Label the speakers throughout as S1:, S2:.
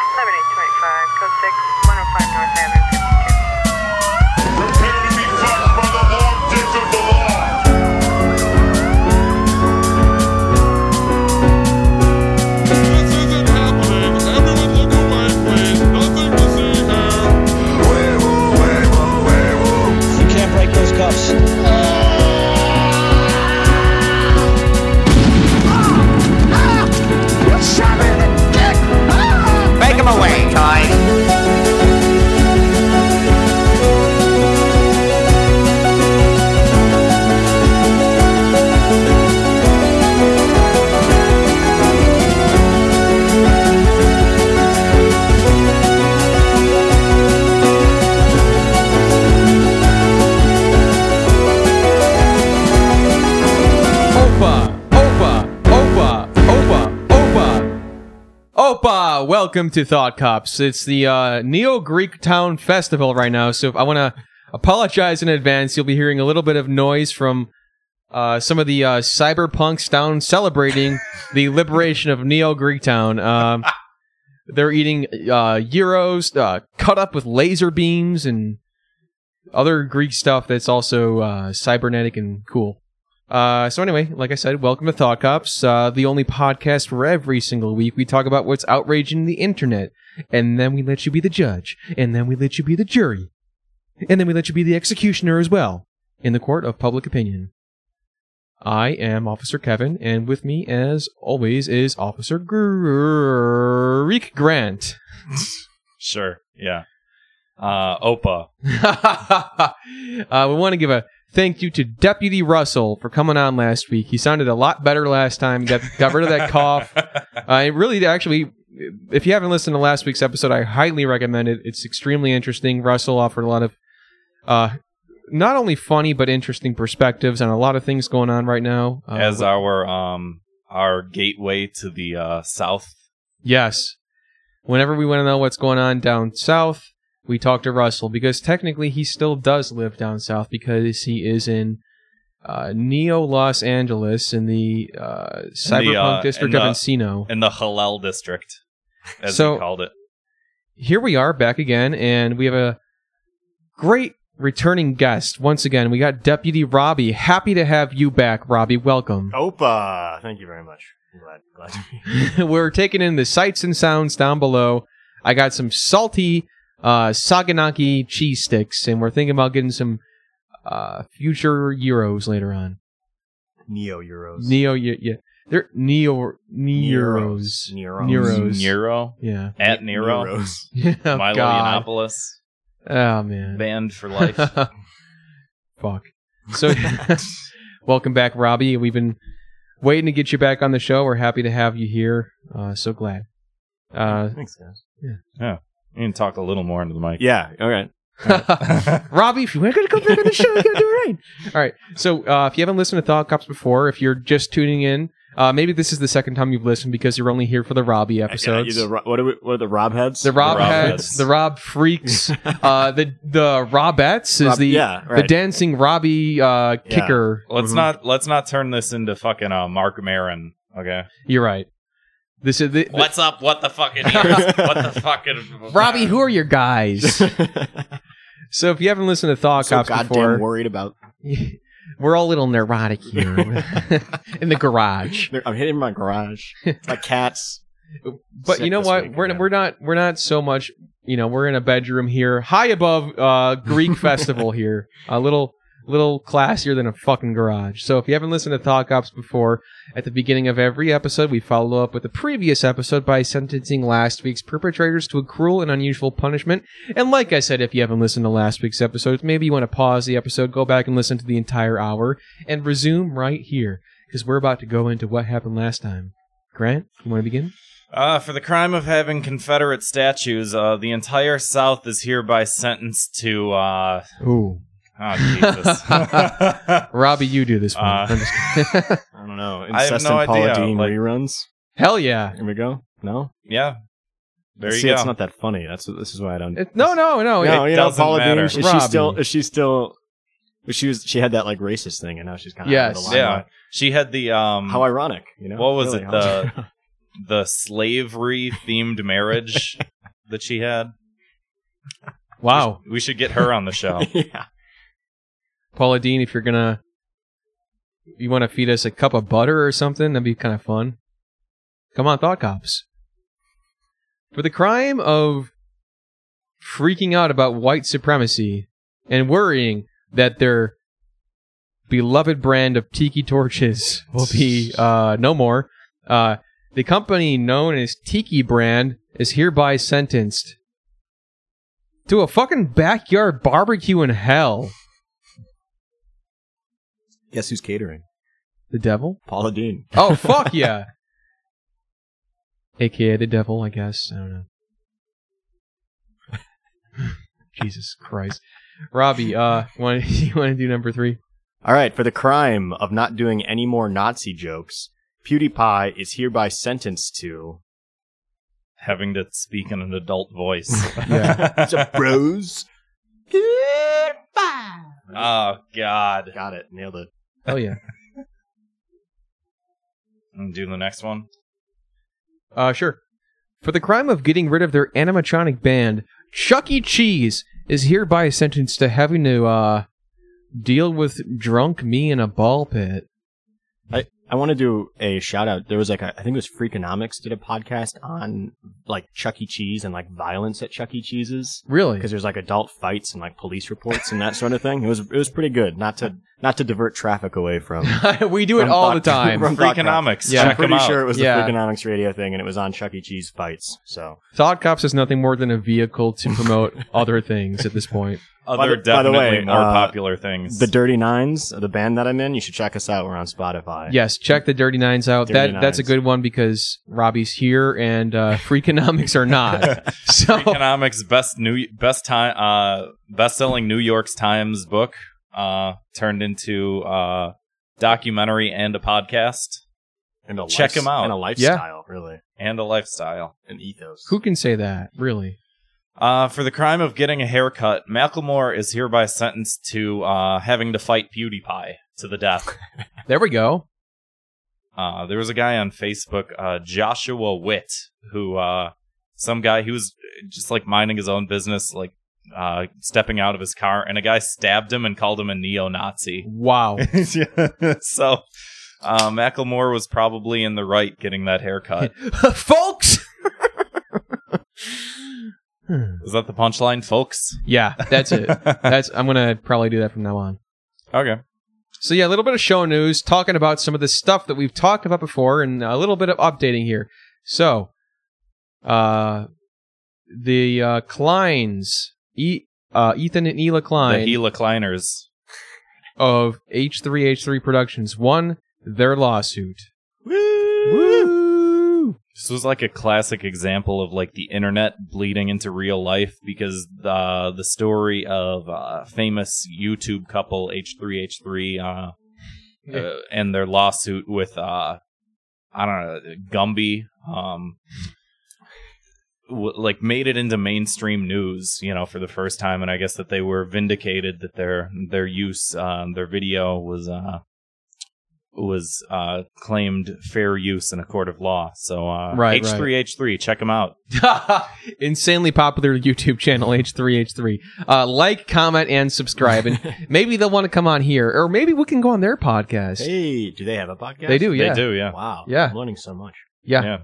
S1: 7825, code 6, 105 North Avenue 52.
S2: Prepare to be fucked by the object of the law.
S3: This isn't happening. Everyone look away, please. Nothing to see here.
S4: You can't break those cuffs.
S5: Break him away, Toy.
S6: Opa, Opa, Opa, Opa, Opa. Opa, welcome to Thought Cops. It's the uh, Neo Greek Town Festival right now, so if I want to apologize in advance. You'll be hearing a little bit of noise from uh, some of the uh, cyberpunks down celebrating the liberation of Neo Greek Town. Um, they're eating uh, gyros uh, cut up with laser beams and other Greek stuff that's also uh, cybernetic and cool. Uh, so anyway, like I said, welcome to Thought Cops, uh, the only podcast where every single week we talk about what's outraging the internet, and then we let you be the judge, and then we let you be the jury, and then we let you be the executioner as well in the court of public opinion. I am Officer Kevin, and with me, as always, is Officer Greek Grant.
S7: Sure. Yeah. Uh, Opa.
S6: uh, we want to give a thank you to Deputy Russell for coming on last week. He sounded a lot better last time. Got, got rid of that cough. Uh, it really, actually, if you haven't listened to last week's episode, I highly recommend it. It's extremely interesting. Russell offered a lot of uh, not only funny but interesting perspectives on a lot of things going on right now. Uh,
S7: As our um our gateway to the uh, south.
S6: Yes. Whenever we want to know what's going on down south, we talk to Russell because technically he still does live down south because he is in uh, Neo Los Angeles in the uh, cyberpunk
S7: uh,
S6: district
S7: in
S6: of
S7: the-
S6: Encino.
S7: In the Halal district. As
S6: So-
S7: we called it.
S6: Here we are back again, and we have a great returning guest once again. We got Deputy Robbie. Happy to have you back, Robbie. Welcome.
S8: Opa! Thank you very much. I'm glad, glad to be here.
S6: We're taking in the sights and sounds down below. I got some salty uh, Saganaki cheese sticks, and we're thinking about getting some uh, future euros later on.
S8: Neo Euros.
S6: Neo, yeah, yeah. they're neo
S8: Neuros.
S6: neuros,
S8: Neuros.
S6: Neuros.
S7: Nero.
S6: yeah.
S7: At Nero.
S8: Euros.
S6: Yeah, oh,
S7: Milo
S6: God.
S7: Yiannopoulos.
S6: Oh man,
S7: Banned for life.
S6: fuck. So, welcome back, Robbie. We've been waiting to get you back on the show. We're happy to have you here. Uh, so glad. Uh,
S8: Thanks, guys.
S7: you can talk a little more into the mic.
S8: Yeah, all right.
S6: Robbie, if you weren't going to come back on the show, you got to do it right. All right. So, uh, if you haven't listened to Thought Cops before, if you're just tuning in, uh, maybe this is the second time you've listened because you're only here for the Robbie episodes.
S8: Either Ro- what, are we, what are the Rob heads?
S6: the Rob
S7: The Rob
S6: heads,
S7: heads.
S6: the Rob freaks, uh, the the Robettes is
S8: Rob-
S6: the
S8: yeah,
S6: the
S8: right.
S6: dancing Robbie uh, kicker.
S7: Let's
S8: Mhm.
S7: not let's not turn this into fucking uh, Mark Maron. Okay.
S6: You're right. This is the, the-
S7: What's up? What the fucking? what the fucking?
S6: Robbie. Who are your guys? so if you haven't listened to Thought
S8: so
S6: Cops
S8: goddamn
S6: before,
S8: worried about.
S6: we're all a little neurotic here in the garage.
S8: They're- I'm hitting my garage. It's like cats.
S6: But
S8: sick
S6: you know
S8: this
S6: what?
S8: week,
S6: we're
S8: yeah.
S6: we're not we're not so much. You know, we're in a bedroom here, high above uh, Greek festival here. A little little classier than a fucking garage. So if you haven't listened to Thought Cops before, at the beginning of every episode, we follow up with the previous episode by sentencing last week's perpetrators to a cruel and unusual punishment. And like I said, if you haven't listened to last week's episode, maybe you want to pause the episode, go back and listen to the entire hour, and resume right here because we're about to go into what happened last time. Grant, you want to begin?
S7: Uh, for the crime of having Confederate statues, uh, the entire South is hereby sentenced to. Uh,
S6: Ooh.
S7: oh, Jesus. I
S6: Robbie, you do this one.
S7: Uh,
S6: I'm just kidding.
S8: I don't know.
S7: I have
S8: Incessant
S7: no
S8: Paula
S7: idea,
S8: Dean
S7: like-
S8: reruns.
S6: Hell yeah.
S8: Here we go. No?
S7: yeah. There
S8: See,
S7: you go.
S8: it's not that funny. That's what- This is why I don't.
S6: It- no, no,
S8: No,
S6: no.
S7: Oh, it
S8: you know,
S7: doesn't
S8: Paula
S7: matter.
S8: Dean, is she
S6: Robbie.
S8: still. Is she still. She was. She had that like racist thing, and now she's kind of.
S6: Yes.
S7: yeah. She had the. um
S8: How ironic, you know?
S7: What was uh,
S8: Really,
S7: it?
S8: how-
S7: The the slavery themed marriage that she had.
S6: Wow.
S7: We should get her on the show.
S8: yeah.
S6: Paula Dean, if you're gonna, you want to feed us a cup of butter or something, that'd be kind of fun. Come on, Thought Cops. For the crime of freaking out about white supremacy and worrying that their beloved brand of tiki torches will be uh, no more, uh, the company known as Tiki Brand is hereby sentenced to a fucking backyard barbecue in hell.
S8: Guess who's catering?
S6: The devil?
S8: Paula Dean.
S6: Oh fuck yeah. AKA the devil, I guess. I don't know. Jesus Christ. Robbie, uh want you wanna do number three?
S8: All right, for the crime of not doing any more Nazi jokes, PewDiePie is hereby sentenced to
S7: Having to speak in an adult voice.
S8: bros.
S7: oh God.
S8: Got it, nailed it.
S6: Hell yeah.
S7: And do the next one.
S6: Uh sure. For the crime of getting rid of their animatronic band, Chuck E. Cheese is hereby sentenced to having to uh deal with drunk me in a ball pit.
S8: I, I want to do a shout out. There was like a, I think it was Freakonomics did a podcast on like Chuck E. Cheese and like violence at Chuck E. Cheese's
S6: Really?
S8: because there's like adult fights and like police reports and that sort of thing. It was it was pretty good. Not to not to divert traffic away from.
S6: we do it
S8: From
S6: all the
S8: Thought-
S6: time.
S8: from Thought Cops.
S7: Freakonomics.
S6: Yeah,
S8: I'm
S7: Check 'em
S8: pretty
S7: out.
S8: sure it was
S6: Yeah.
S8: the Freakonomics radio thing, and it was on Chuck E. Cheese fights. So
S6: Thought Cops is nothing more than a vehicle to promote other things at this point.
S7: Other
S8: By the- by the
S7: definitely
S8: way,
S7: more
S8: uh,
S7: popular things.
S8: the Dirty Nines, the band that I'm in, you should check us out. We're on Spotify.
S6: Yes, check the Dirty Nines out.
S8: Dirty
S6: that that's a
S8: Nines.
S6: good one because Robbie's here and uh, Freakonomics are not. so
S7: Freakonomics best new best time uh best selling New York's Times book uh turned into uh documentary and a podcast
S8: and a
S7: Check
S8: lifes-
S7: 'em out.
S8: And a lifestyle, really,
S7: and a lifestyle.
S8: an ethos.
S6: who can say that really?
S7: Uh, for the crime of getting a haircut, Macklemore is hereby sentenced to uh, having to fight PewDiePie to the death.
S6: There we go.
S7: Uh, there was a guy on Facebook, uh, Joshua Witt, who uh, some guy he was just like minding his own business, like uh, stepping out of his car, and a guy stabbed him and called him a neo-Nazi.
S6: Wow.
S7: so uh, Macklemore was probably in the right getting that haircut.
S6: Folks.
S7: Is that the punchline, folks?
S6: yeah, that's it. That's I'm gonna probably do that from now on.
S7: Okay.
S6: So yeah, a little bit of show news, talking about some of the stuff that we've talked about before, and a little bit of updating here. So, uh, the uh, Kleins, e- uh, Ethan and Ela Klein
S7: The Gila Kleiners.
S6: of H3H3 Productions won their lawsuit.
S7: This was like a classic example of like the internet bleeding into real life because uh, the story of uh, famous YouTube couple H3H3 uh, uh, and their lawsuit with uh, I don't know Gumby um, w- like made it into mainstream news, you know, for the first time, and I guess that they were vindicated that their their use uh, their video was uh, was uh, claimed fair use in a court of law. So uh,
S6: Right,
S7: H3H3, check them out.
S6: Insanely popular YouTube channel H3H3. Uh, like, comment, and subscribe, and maybe they'll want to come on here, or maybe we can go on their podcast.
S8: Hey, do they have a podcast?
S6: They do, yeah.
S7: They do, yeah.
S8: Wow.
S6: Yeah.
S8: I'm learning so much.
S6: Yeah.
S7: Yeah.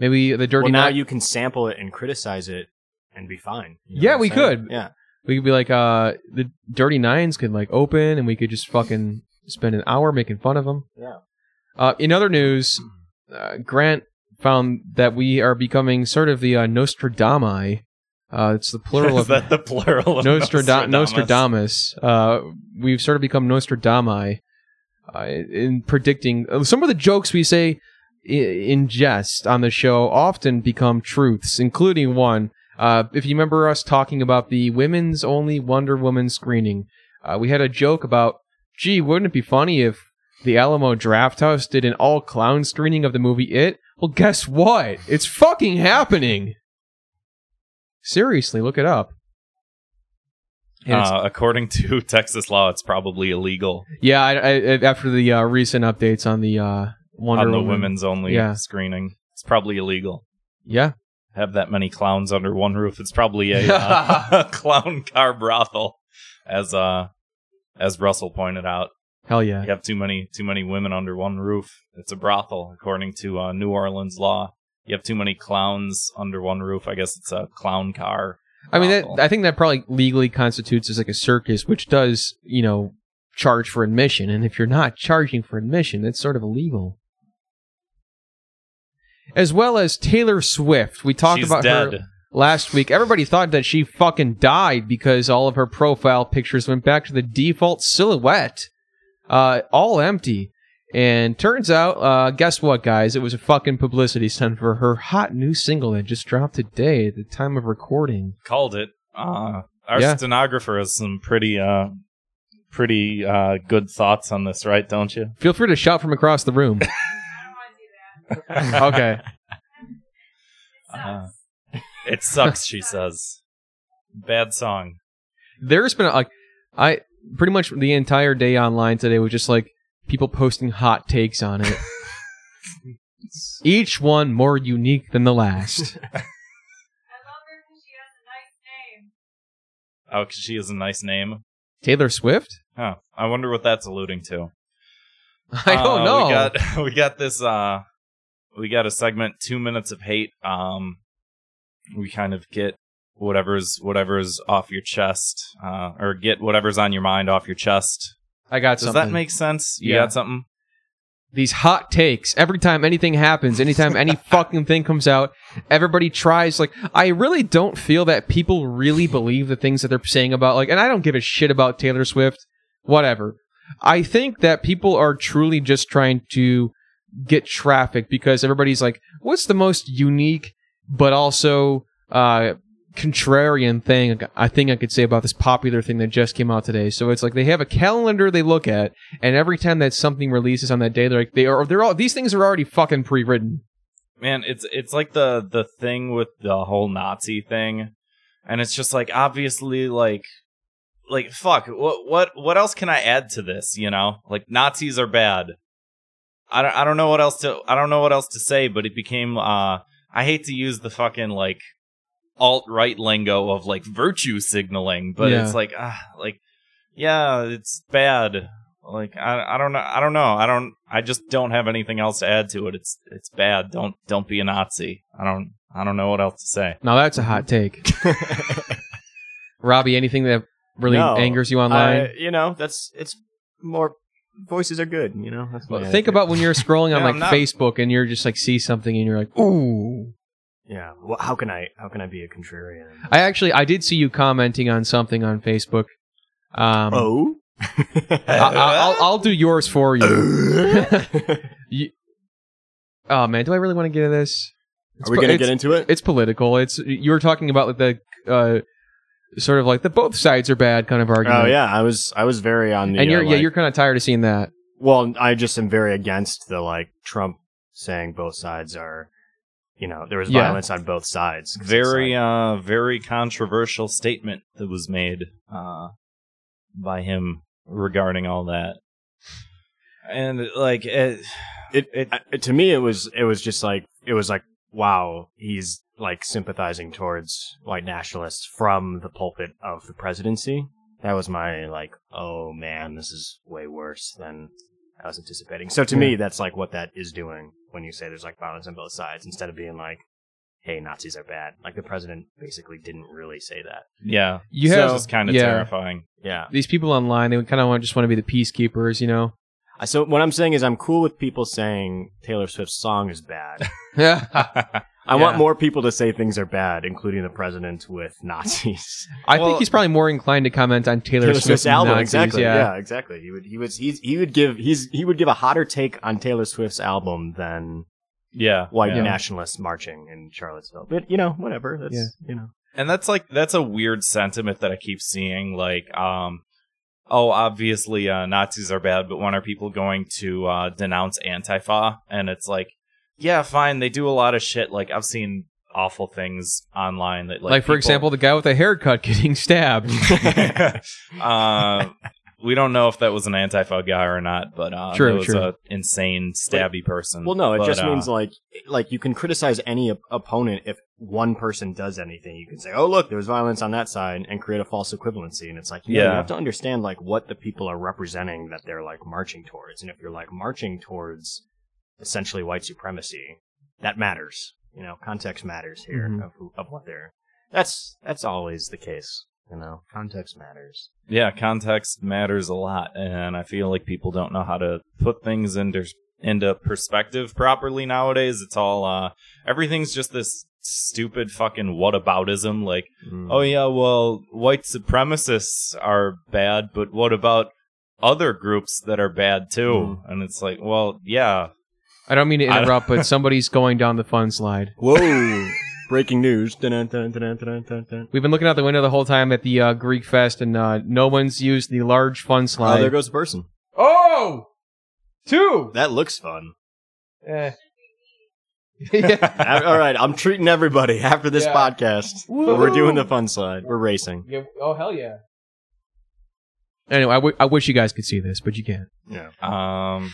S6: Maybe the dirty
S8: well, now
S6: Ni-
S8: you can sample it and criticize it and be fine. You know
S6: Yeah,
S8: what I'm
S6: we
S8: saying?
S6: could.
S8: Yeah.
S6: we could be like uh the dirty nines could like open and we could just fucking spend an hour making fun of them
S8: Yeah.
S6: uh, in other news uh, grant found that we are becoming sort of the uh, nostradamus uh, it's the plural
S7: Is
S6: of
S7: that the plural of
S6: Nostrada-
S7: Nostradamus?
S6: Nostradamus. Uh, we've sort of become Nostradamus uh, in predicting uh, some of the jokes we say i- in jest on the show often become truths, including one. Uh, if you remember us talking about the women's only Wonder Woman screening, uh, we had a joke about, gee, wouldn't it be funny if the Alamo Drafthouse did an all clown screening of the movie It? Well, guess what? It's fucking happening. Seriously, look it up. And it's-
S7: Uh, according to Texas law, it's probably illegal
S6: yeah, I, I, after the uh, recent updates on the uh, Wonder
S7: on the
S6: Woman.
S7: women's only
S6: Yeah.
S7: screening. It's probably illegal.
S6: Yeah,
S7: have that many clowns under one roof. It's probably a uh, clown car brothel, as uh, as Russell pointed out.
S6: Hell yeah.
S7: You have too many too many women under one roof. It's a brothel, according to uh, New Orleans law. You have too many clowns under one roof. I guess it's a clown car.
S6: I mean, that,
S7: brothel.
S6: I think that probably legally constitutes as like a circus, which does, you know, charge for admission. And if you're not charging for admission, that's sort of illegal. As well as Taylor Swift, we talked
S7: She's
S6: about
S7: dead.
S6: her last week. Everybody thought that she fucking died because all of her profile pictures went back to the default silhouette, uh, all empty. And turns out, uh, guess what, guys? It was a fucking publicity stunt for her hot new single that just dropped today at the time of recording.
S7: Called it. Uh, our
S6: Yeah.
S7: stenographer has some pretty uh, pretty uh, good thoughts on this, right? Don't you?
S6: Feel free to shout from across the room. okay.
S7: Uh, it sucks, she says. Bad song.
S6: There's been like I pretty much the entire day online today was just like people posting hot takes on it. Each one more unique than the last.
S7: Oh, 'cause she has a nice name.
S6: Taylor Swift?
S7: Huh. I wonder what that's alluding to.
S6: I don't
S7: Uh,
S6: know.
S7: We got we got this uh we got a segment two minutes of hate. Um we kind of get whatever's whatever's off your chest, uh or get whatever's on your mind off your chest.
S6: I got
S7: Does
S6: something.
S7: that make sense? You
S6: Yeah.
S7: got something?
S6: these hot takes every time anything happens anytime any fucking thing comes out everybody tries like i really don't feel that people really believe the things that they're saying about like and i don't give a shit about taylor swift whatever i think that people are truly just trying to get traffic because everybody's like what's the most unique but also uh contrarian thing i think i could say about this popular thing that just came out today so it's like they have a calendar they look at and every time that something releases on that day, they're like, they are, they're all, these things are already fucking pre written.
S7: man it's it's like the the thing with the whole nazi thing and it's just like obviously like like fuck what what what else can i add to this you know like nazis are bad i don't i don't know what else to i don't know what else to say but it became uh i hate to use the fucking like alt right lingo of like virtue signaling but
S6: Yeah.
S7: it's like ah like yeah it's bad like I, I don't know I don't know I don't I just don't have anything else to add to it. It's it's bad. Don't don't be a Nazi. I don't I don't know what else to say.
S6: Now that's a hot take. Robbie, anything that really
S8: No,
S6: angers you online?
S8: Uh, you know, that's it's more voices are good. You know, that's my
S6: Well, think about when you're scrolling on
S7: Yeah,
S6: like
S7: I'm not-
S6: Facebook and you're just like see something and you're like, ooh.
S8: yeah. Well, how can I how can I be a contrarian?
S6: I actually I did see you commenting on something on Facebook. Um,
S8: oh,
S6: I, I, I'll I'll do yours for you. You- oh man, do I really want to get into this?
S8: are we
S6: po-
S8: gonna
S6: it's-
S8: get into it?
S6: it's political. It's you were talking about like the uh, sort of like the both sides are bad kind of argument.
S8: Oh yeah, I was I was very on the
S6: and you're
S8: uh,
S6: yeah
S8: like-
S6: you're kind of tired of seeing that.
S8: well, I just am very against the like Trump saying both sides are, you know, there was
S6: Yeah.
S8: violence on both sides. 'Cause it's
S7: Very
S8: like-
S7: uh very controversial statement that was made uh by him regarding all that. And like eh, it,
S8: it,
S7: it-
S8: I- to me it was it was just like it was like wow he's like sympathizing towards white nationalists from the pulpit of the presidency. That was my like oh man this is way worse than I was anticipating. So to me that's like what that is doing when you say there's like violence on both sides instead of being like hey Nazis are bad. Like the president basically didn't really say that.
S7: yeah,
S6: You
S7: It's
S6: have
S7: just kind of
S6: yeah.
S7: terrifying.
S8: Yeah.
S6: these people online. They kind of want just want to be the peacekeepers, you know.
S8: I- So what I'm saying is I'm cool with people saying Taylor Swift's song is bad.
S6: I
S8: I
S6: Yeah.
S8: want more people to say things are bad, including the president with Nazis.
S6: think
S7: Well-
S6: he's probably more inclined to comment on Taylor,
S8: Taylor
S6: Swift's,
S8: Swift's album,
S6: Nazis,
S8: exactly.
S6: Yeah.
S8: Yeah. exactly. He would, he was, he's, he would give, he's, he would give a hotter take on Taylor Swift's album than
S7: Yeah.
S8: white
S7: yeah.
S8: nationalists marching in Charlottesville. But you know, whatever. That's you know.
S7: and that's like that's a weird sentiment that I keep seeing. Like, um, oh, obviously uh, Nazis are bad, but when are people going to uh, denounce Antifa? And it's like, yeah, fine, they do a lot of shit. Like I've seen awful things online that, like,
S6: Like, for
S7: people-
S6: example, the guy with a haircut getting stabbed.
S7: uh, We don't know if that was an antifa guy or not, but uh,
S6: True,
S7: it was
S6: true.
S7: an insane stabby person.
S8: Well, no, it
S7: But,
S8: just
S7: uh,
S8: means like like you can criticize any op- opponent if one person does anything. You can say, "Oh, look, there was violence on that side," and create a false equivalency. And it's like, yeah,
S7: Yeah.
S8: you have to understand like what the people are representing that they're like marching towards. And if you're like marching towards essentially white supremacy, that matters. You know, context matters here
S6: Mhm.
S8: of who, of what they're. That's that's always the case. You know, context matters.
S7: yeah, context matters a lot, and I feel like people don't know how to put things into into perspective properly nowadays. It's all uh, everything's just this stupid fucking whataboutism. Like,
S6: Mm-hmm.
S7: oh yeah, well, white supremacists are bad, but what about other groups that are bad too?
S6: Mm-hmm.
S7: And it's like, well, yeah,
S6: I don't mean to
S7: I don't-
S6: interrupt, but somebody's going down the fun slide.
S8: Whoa! Breaking news. Dun-dun, dun-dun, dun-dun, dun-dun.
S6: We've been looking out the window the whole time at the uh, Greek Fest, and uh, no one's used the large fun
S8: Oh,
S6: slide.
S8: there goes a person.
S6: Oh, two.
S8: That looks fun.
S6: Eh. yeah.
S8: A- All right, I'm treating everybody after this
S6: Yeah.
S8: podcast. We're doing the fun slide. We're racing.
S6: Yeah, oh hell yeah. Anyway, I wi- I wish you guys could see this, but you can't.
S8: Yeah.
S7: um,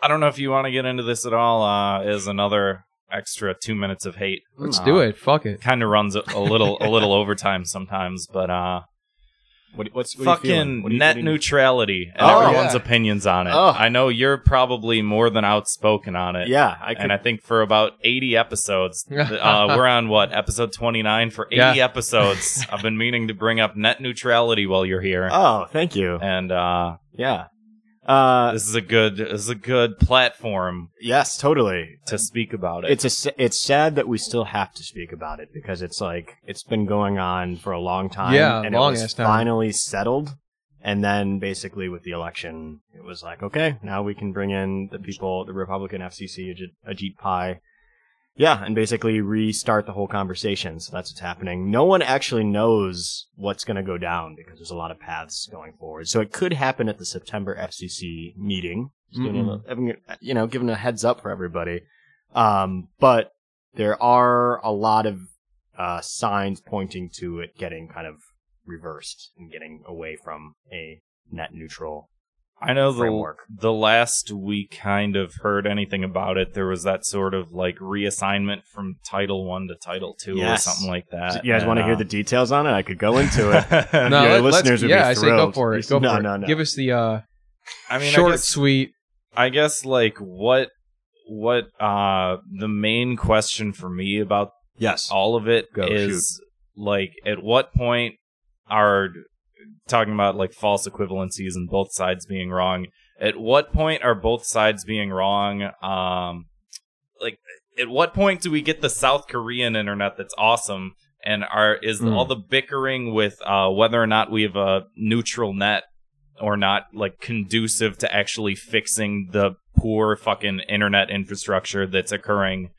S7: I don't know if you want to get into this at all. Uh, is another extra two minutes of hate.
S6: Let's
S7: Uh,
S6: do it. Fuck it.
S7: Kind of runs a, a little a little overtime sometimes, but uh,
S8: What, what's what are you feeling?
S7: fucking
S8: What are you-
S7: net
S8: what are you-
S7: neutrality and
S8: Oh,
S7: everyone's
S6: yeah.
S7: opinions on it.
S8: Oh.
S7: I know you're probably more than outspoken on it.
S8: Yeah, I could.
S7: and I think for about 80 episodes, th- uh, we're on what episode 29 for 80
S6: Yeah.
S7: episodes. I've been meaning to bring up net neutrality while you're here,
S8: oh, thank you.
S7: and uh,
S8: Yeah. Uh,
S7: this is a good this is a good platform
S8: yes, totally.
S7: to speak about it.
S8: It's a. s- It's sad that we still have to speak about it because it's like it's been going on for a long time.
S6: Yeah,
S8: and it
S6: long
S8: was
S6: ass time.
S8: Finally settled, and then basically with the election, it was like, okay, now we can bring in the people, the Republican FCC, Ajit, Ajit Pai. Yeah, and basically restart the whole conversation. So that's what's happening. No one actually knows what's going to go down because there's a lot of paths going forward. So it could happen at the September FCC meeting. Just giving a- having a- you know, giving a heads up for everybody. Um, but there are a lot of uh, signs pointing to it getting kind of reversed and getting away from a net neutral.
S7: I know the
S8: framework.
S7: the last we kind of heard anything about it, there was that sort of like reassignment from Title One to Title Two
S8: Yes.
S7: or something like that. uh,
S8: you guys want to hear the details on it? I could go into it.
S7: the?
S6: No,
S8: your
S6: let, let's-
S8: listeners would be
S6: yeah, I say go
S8: thrilled.
S6: for it. Go
S8: No,
S6: for it.
S8: no, no.
S6: Give us the uh,
S7: I mean, I
S6: short,
S7: guess-
S6: sweet.
S7: I guess like what what uh the main question for me about
S8: yes.
S7: all of it is
S8: Go,
S7: like at what point are talking about like false equivalencies and both sides being wrong at what point are both sides being wrong um like at what point do we get the south korean internet that's awesome and are is
S8: Hmm.
S7: all the bickering with uh whether or not we have a neutral net or not like conducive to actually fixing the poor fucking internet infrastructure that's occurring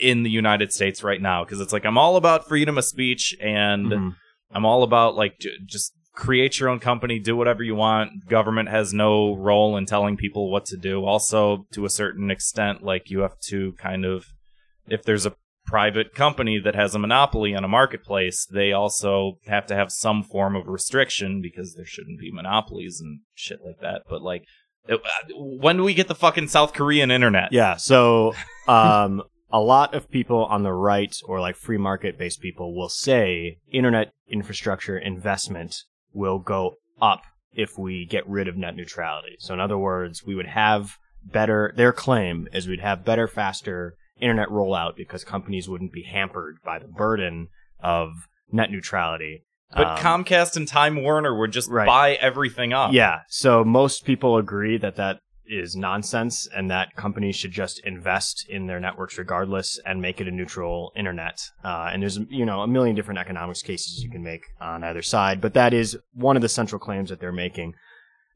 S7: in the United States right now because it's like I'm all about freedom of speech and
S8: Mhm.
S7: I'm all about like j- just create your own company, do whatever you want. Government has no role in telling people what to do. Also, to a certain extent, like you have to kind of if there's a private company that has a monopoly on a marketplace, they also have to have some form of restriction because there shouldn't be monopolies and shit like that. But like it- uh, when do we get the fucking South Korean internet?
S8: Yeah. So, um, a lot of people on the right or like free market based people will say internet infrastructure investment will go up if we get rid of net neutrality. So, in other words, we would have better, their claim is we'd have better, faster internet rollout because companies wouldn't be hampered by the burden of net neutrality.
S7: But
S8: Um,
S7: Comcast and Time Warner would just
S8: Right.
S7: buy everything up.
S8: Yeah. So most people agree that that is nonsense and that companies should just invest in their networks regardless and make it a neutral internet. Uh, and there's, you know, a million different economics cases you can make on either side, but that is one of the central claims that they're making.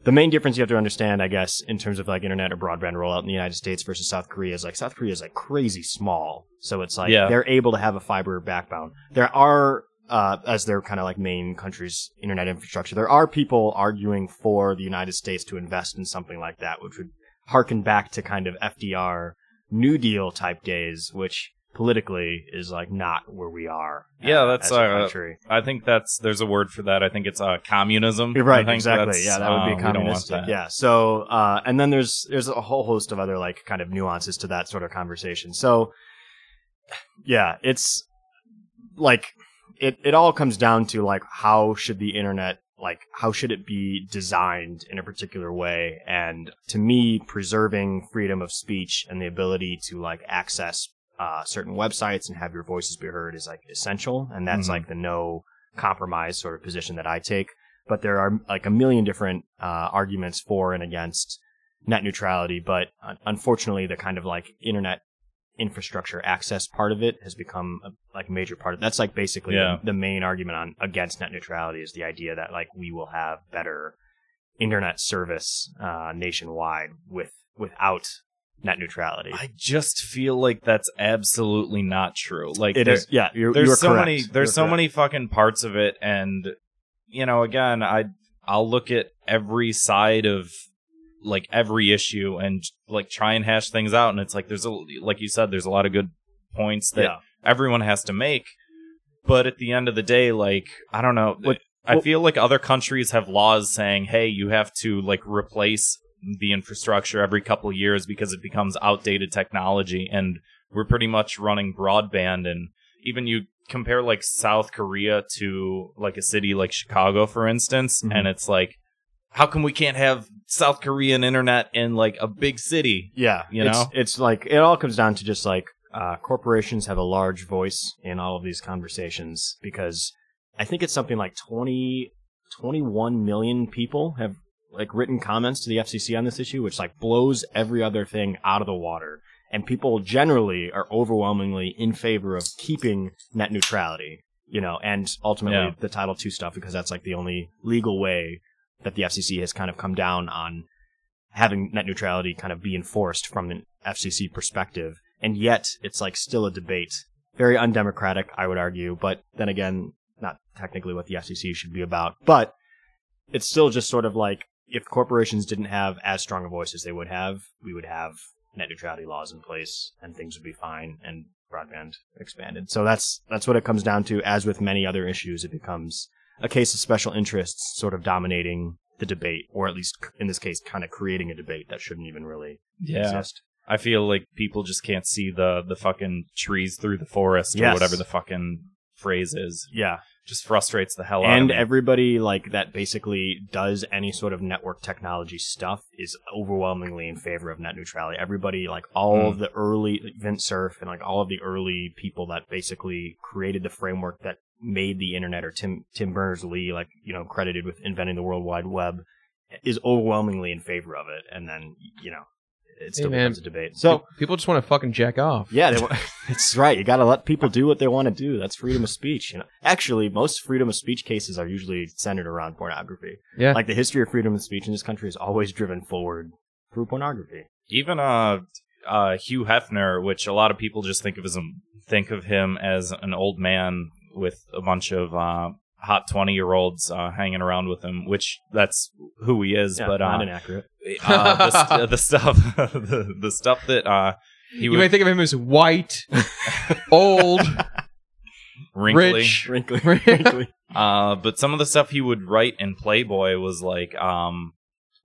S8: The main difference you have to understand, I guess, in terms of like internet or broadband rollout in the United States versus South Korea is like South Korea is like crazy small. So it's like
S7: Yeah.
S8: they're able to have a fiber backbone. There are uh, as their kind of like main country's internet infrastructure. There are people arguing for the United States to invest in something like that, which would harken back to kind of FDR New Deal type days, which politically is like not where we are.
S7: Yeah, that's,
S8: as a
S7: uh,
S8: country.
S7: I think that's there's a word for that. I think it's uh, communism.
S8: You're right,
S7: I think
S8: exactly.
S7: that's,
S8: Yeah, that would
S7: uh,
S8: be
S7: we don't want
S8: communistic.
S7: that.
S8: Yeah. So, uh, and then there's there's a whole host of other like kind of nuances to that sort of conversation. So, yeah, it's like it it all comes down to like how should the internet like how should it be designed in a particular way and to me preserving freedom of speech and the ability to like access uh, certain websites and have your voices be heard is like essential and that's
S7: Mhm.
S8: like the no compromise sort of position that i take but there are like a million different uh, arguments for and against net neutrality. But uh, unfortunately, the kind of like internet infrastructure access part of it has become a, like a major part of that's like basically
S7: Yeah.
S8: the, the main argument on against net neutrality is the idea that like we will have better internet service uh, nationwide with without net neutrality.
S7: I just feel like that's absolutely not true. Like
S8: it
S7: there's-
S8: is yeah. You're,
S7: there's
S8: you are
S7: so
S8: correct.
S7: many
S8: You're
S7: there's so
S8: correct.
S7: many fucking parts of it and you know again i i'll look at every side of like every issue and like try and hash things out and it's like there's a like you said there's a lot of good points that
S8: Yeah.
S7: everyone has to make but at the end of the day like i don't know
S8: What-
S7: i
S8: what-
S7: feel like other countries have laws saying hey you have to like replace the infrastructure every couple years because it becomes outdated technology and we're pretty much running broadband and even you compare like South Korea to like a city like Chicago, for instance,
S8: Mhm.
S7: and it's like, how come we can't have South Korean internet in like a big city?
S8: Yeah,
S7: You
S8: it's,
S7: know?
S8: it's like it all comes down to just like uh, corporations have a large voice in all of these conversations because I think it's something like 20, 21 million people have like written comments to the FCC on this issue, which like blows every other thing out of the water. And people generally are overwhelmingly in favor of keeping net neutrality, you know, and ultimately
S7: Yeah.
S8: the Title II stuff because that's like the only legal way that the FCC has kind of come down on having net neutrality kind of be enforced from an FCC perspective. And yet it's like still a debate. Very undemocratic, I would argue, but then again, not technically what the FCC should be about. But it's still just sort of like if corporations didn't have as strong a voice as they would have, we would have net neutrality laws in place and things would be fine and broadband expanded. So that's that's what it comes down to. As with many other issues, it becomes a case of special interests sort of dominating the debate, or at least in this case, kind of creating a debate that shouldn't even really exist.
S7: I feel like people just can't see the the fucking trees through the forest or
S8: Yes.
S7: whatever the fucking phrase is.
S8: Yeah,
S7: Just frustrates the hell out of
S8: and
S7: me.
S8: everybody like that basically does any sort of network technology stuff is overwhelmingly in favor of net neutrality everybody like all of the early vint surf and like all of the early people that basically created the framework that made the internet or tim tim berners-lee like you know credited with inventing the world wide web is overwhelmingly in favor of it and then you know it still
S6: man.
S8: becomes a debate
S6: So people just want to fucking jack off.
S8: yeah, they, wa- it's right. You got to let people do what they want to do. That's freedom of speech. You know, actually, most freedom of speech cases are usually centered around pornography.
S6: Yeah.
S8: like the history of freedom of speech in this country is always driven forward through pornography.
S7: even uh uh Hugh Hefner, which a lot of people just think of as him think of him as an old man with a bunch of uh hot 20 year olds uh hanging around with him which that's who he is
S8: Yeah,
S7: but
S8: not
S7: uh,
S8: inaccurate.
S7: uh the, st- the stuff the, the stuff that uh he
S6: you
S7: would
S6: may think of him as white, old,
S7: wrinkly
S6: rich.
S8: Wrinkly,
S6: Wrinkly.
S7: Uh, but some of the stuff he would write in Playboy was like, um,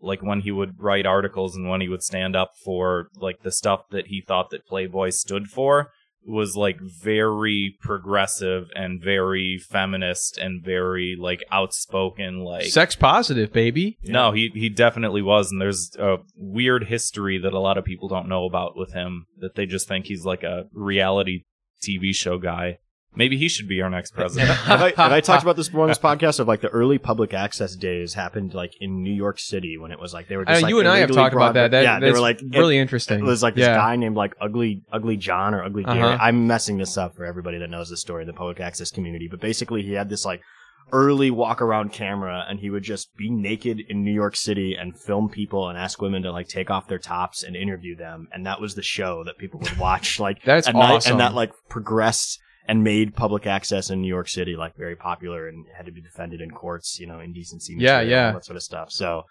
S7: like when he would write articles and when he would stand up for like the stuff that he thought that Playboy stood for was like very progressive and very feminist and very like outspoken. Like,
S6: sex positive, baby.
S7: no, he he definitely was, and there's a weird history that a lot of people don't know about with him that they just think he's like a reality TV show guy. Maybe he should be our next president.
S8: have, I, have I talked about this before on this podcast of like the early public access days happened like in New York City when it was like they were
S6: I
S8: just like,
S6: know Uh, you and I have
S8: illegally
S6: talked about that.
S8: broadband-
S6: that
S8: yeah, they were like
S6: really
S8: It
S6: interesting.
S8: was like this
S6: yeah.
S8: guy named like Ugly Ugly John or Ugly Gary.
S6: Uh-huh.
S8: I'm messing this up for everybody that knows the story in the public access community, but basically he had this like early walk around camera and he would just be naked in New York City and film people and ask women to like take off their tops and interview them and that was the show that people would watch like
S6: That's
S8: at night,
S6: awesome.
S8: and that like progressed and made public access in New York City like very popular and had to be defended in courts, you know, indecency,
S6: Yeah,
S8: material,
S6: yeah.
S8: all that sort of stuff. So,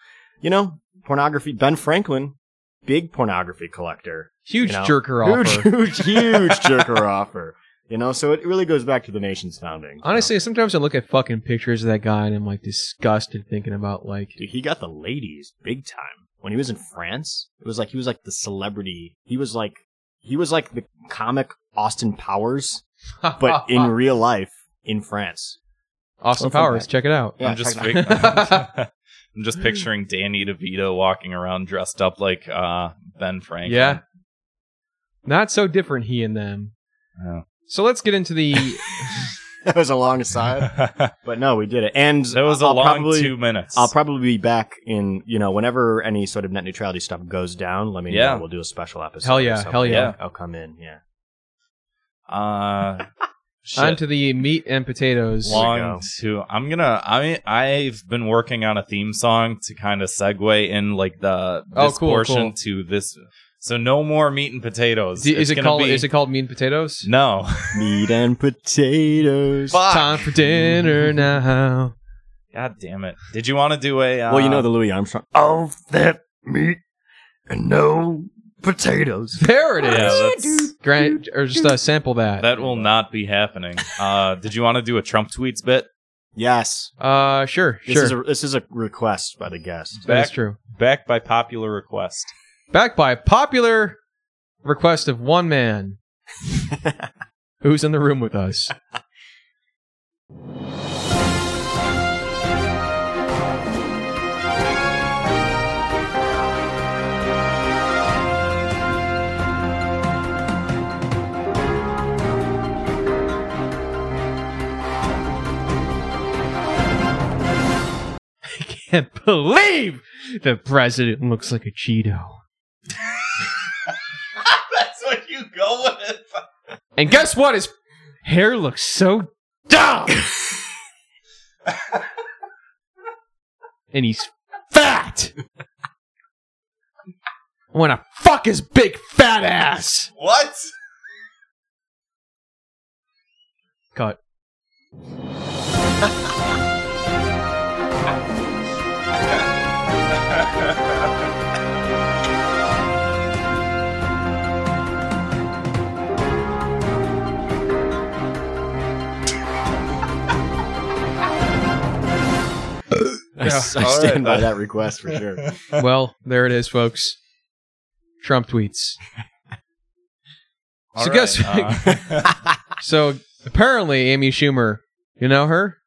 S8: you know, pornography. Ben Franklin, big pornography collector,
S6: Huge
S8: you know?
S6: jerker offer.
S8: Huge, huge, huge jerker offer. You know, so it really goes back to the nation's founding. you
S6: Honestly, sometimes I look at fucking pictures of that guy and I'm like disgusted thinking about like
S8: Dude, he got the ladies big time. When he was in France, it was like he was like the celebrity. He was like he was like the comic Austin Powers, but in real life in France.
S6: Austin
S8: Something
S6: Powers.
S8: like-
S6: Check it out.
S8: Yeah,
S7: I'm just
S8: check
S7: fig-
S8: it
S7: I'm just picturing Danny DeVito walking around dressed up like uh, Ben Franklin.
S6: Yeah. Not so different he and them.
S7: Yeah.
S6: So let's get into the
S8: That was a long aside,
S7: that
S8: but no, we did it. And
S7: was a
S8: I'll
S7: long
S8: probably,
S7: two minutes.
S8: I'll probably be back in you know whenever any sort of net neutrality stuff goes down. Let me
S7: Yeah.
S8: know. We'll do a special episode.
S6: Hell
S8: or
S6: yeah,
S8: something.
S6: hell
S7: yeah.
S8: I'll come in. Yeah.
S7: uh, shit.
S6: onto the meat and potatoes.
S8: go.
S7: long too. I'm gonna. I I've been working on a theme song to kind of segue in like the
S6: Oh,
S7: this
S6: cool,
S7: portion
S6: cool.
S7: to this. So no more meat and potatoes.
S6: D- is
S7: It's
S6: it
S7: gonna
S6: called
S7: be-
S6: is it called meat and potatoes?
S7: No.
S8: Meat and potatoes.
S6: Time for dinner now.
S7: God damn it! Did you want to do a? Uh,
S8: Well, you know the Louis Armstrong. Of that meat and no potatoes.
S6: There it
S7: Yeah,
S6: is.
S7: that's-
S6: Grant or just uh, sample that.
S7: that will not be happening. Uh, did you want to do a Trump tweets bit?
S8: Yes.
S6: uh sure,
S8: This
S6: sure.
S8: is a this is a request by the guest.
S6: That's
S7: Back-
S6: true.
S7: Back by popular request.
S6: Backed by popular request of one man who's in the room with us. I can't believe the president looks like a Cheeto.
S7: That's what you go with.
S6: And guess what? His hair looks so dumb. and he's fat. I want to fuck his big fat ass.
S7: What?
S6: Cut.
S8: I, s- I stand by that request for sure.
S6: Well, there it is, folks. Trump tweets. So guess-
S7: uh,
S6: So apparently, Amy Schumer, you know her?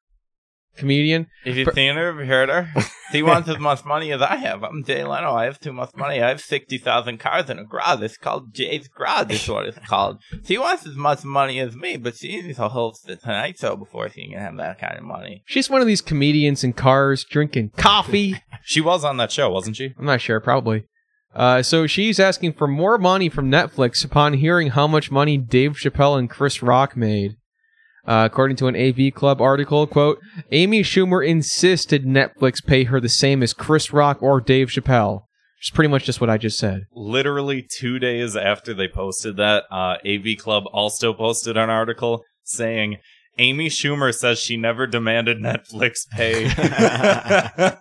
S6: Comedian?
S7: if you think of her, uh, he wants as much money as I have. I'm Jay Leno. I have too much money. I have 60,000 cars in a garage. It's called Jay's Garage, is what it's called. She wants as much money as me, but she needs to host the Tonight Show before she can have that kind of money.
S6: She's one of these comedians in cars drinking coffee.
S7: She was on that show, wasn't she?
S6: I'm not sure, probably. Uh, so she's asking for more money from Netflix upon hearing how much money Dave Chappelle and Chris Rock made. Uh, according to an AV Club article, quote, Amy Schumer insisted Netflix pay her the same as Chris Rock or Dave Chappelle. Which is pretty much just what I just said.
S7: literally two days after they posted that, uh, AV Club also posted an article saying Amy Schumer says she never demanded Netflix pay